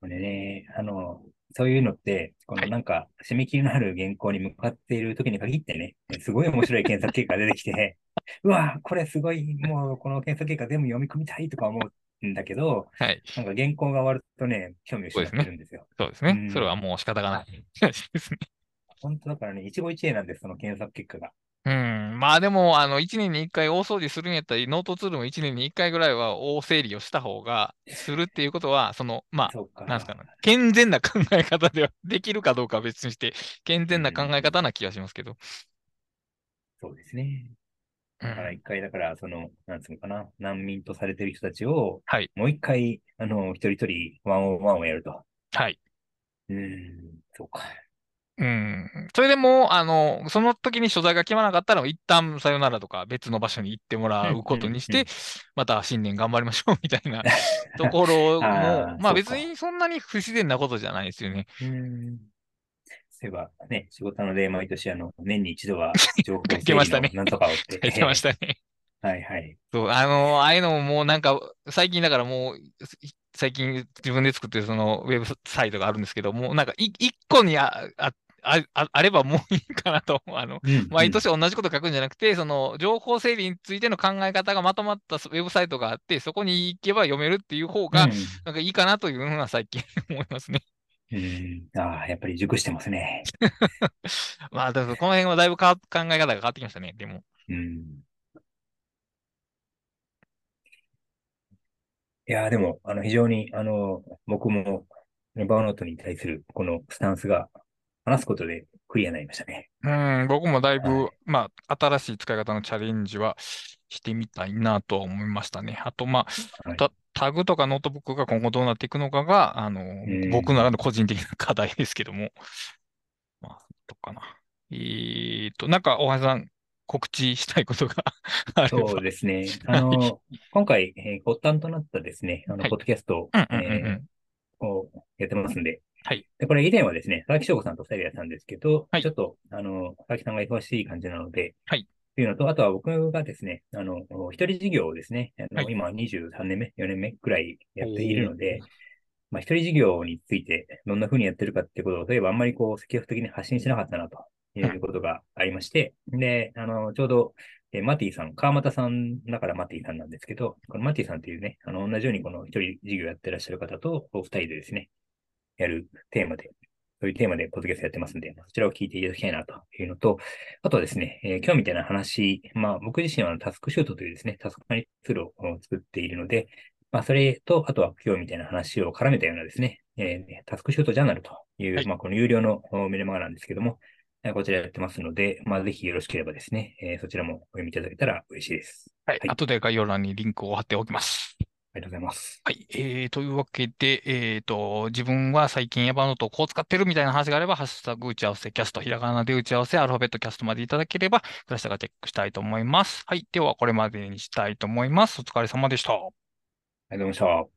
それね、あの、そういうのって、こはのいなんか、締め切りのある原稿に向かっている時に限ってね、すごい面白い検索結果が出てきて、 [laughs] うわー、これすごい、もうこの検索結果全部読み込みたいとか思うんだけど、はい。なんか原稿が終わるとね、興味を失ってるんですよ。そうですうねん。それはもう仕方がない話ですね。本当だからね、一期一会なんです、その検索結果が。うん。まあでも、あの、1年に1回大掃除するんやったり、ノートツールも1年に1回ぐらいは大整理をした方が、するっていうことは、その、まそうかあ、なんですかね。健全な考え方ではできるかどうかは別にして、健全な考え方な気がしますけど。そうですね。うだからん。一回、だから、その、なんつうのかな、難民とされてる人たちを、はいもう一回、あの、一人一人、ワンオンワンをやると。はい。うーん、そうか。うん。それでもう、あの、その時に所在が決まらなかったら、一旦さよならとか、別の場所に行ってもらうことにしうんうんて、また新年頑張りましょうみたい [laughs] なところも、あーまあそう別かにそんなに不自然なことじゃないですよね。 [laughs] うーんそういえばね、仕事の例、毎年あの、年に一 [laughs] 度は情報書い整てま理したねのなんとかをって。書いてましたね。た。はいはい。そう、あの、ああいうのももうなんか、最近だからもう、い最近自分で作ってるそのウェブサイトがあるんですけど、もうなんかい一個にあ、あ、あ、ああればもういいかなと、あの、うん毎年同じこと書くんじゃなくて、その情報整理についての考え方がまとまったウェブサイトがあって、そこに行けば読めるっていう方うんが、なんかいいかなというのは最近 [laughs] 思いますね。うんうんああ、やっぱり熟してますね。まあ、だからこの辺はだいぶか考え方が変わってきましたね、でも。うん。いやーでも、あの、非常に、あの、僕も、バーノートに対する、このスタンスが、話すことでクリアになりましたね。うん、僕もだいぶ、はまあ、新しい使い方のチャレンジはしてみたいなとは思いましたね。あと、まあ、はいたタグとかノートブックが今後どうなっていくのかが、あの、ん僕の中の個人的な課題ですけども。まあ、どっかな。えーと、なんか、大橋さん、告知したいことが [laughs] あれば。そうですね。あの、今回、えー発端となったですね、あの、はいポッドキャストを、うんうんうんうえん。ーをやってますんで。はい。で、これ以前はですね、佐々木翔子さんと二人でやったんですけど、はいちょっと、あの、佐々木さんが忙しい感じなので、はい。っていうのと、あとは僕がですね、あの、一人事業をですね、あの、はい今23年目、4年目くらいやっているので、まあ、一人事業についてどんな風にやってるかってことを、例えばあんまりこう、積極的に発信しなかったなということがありまして、で、あの、ちょうど、えーマティさん、川又さんだからマティさんなんですけど、このマティさんっていうね、あの、同じようにこの一人事業やってらっしゃる方と、お二人でですね、やるテーマで、そういうテーマでポッドキャストやってますんで、そちらを聞いていただきたいなというのと、あとはですね、えー今日みたいな話、まあ僕自身はあのタスクシュートというですね、タスク管理ツールをうん作っているので、まあそれと、あとは今日みたいな話を絡めたようなですね、えータスクシュートジャーナルという、はいまあこの有料のおメルマガなんですけども、えーこちらやってますので、まあぜひよろしければですね、えーそちらもお読みいただけたら嬉しいです。はいはい後で概要欄にリンクを貼っておきます。ありがとうございます。はい。えー、というわけで、えーと、自分は最近エバーノートをこう使ってるみたいな話があれば、ハッシュタグ打ち合わせキャスト、ひらがなで打ち合わせ、アルファベットキャストまでいただければ、クラスターがチェックしたいと思います。はい。では、これまでにしたいと思います。お疲れ様でした。ありがとうございました。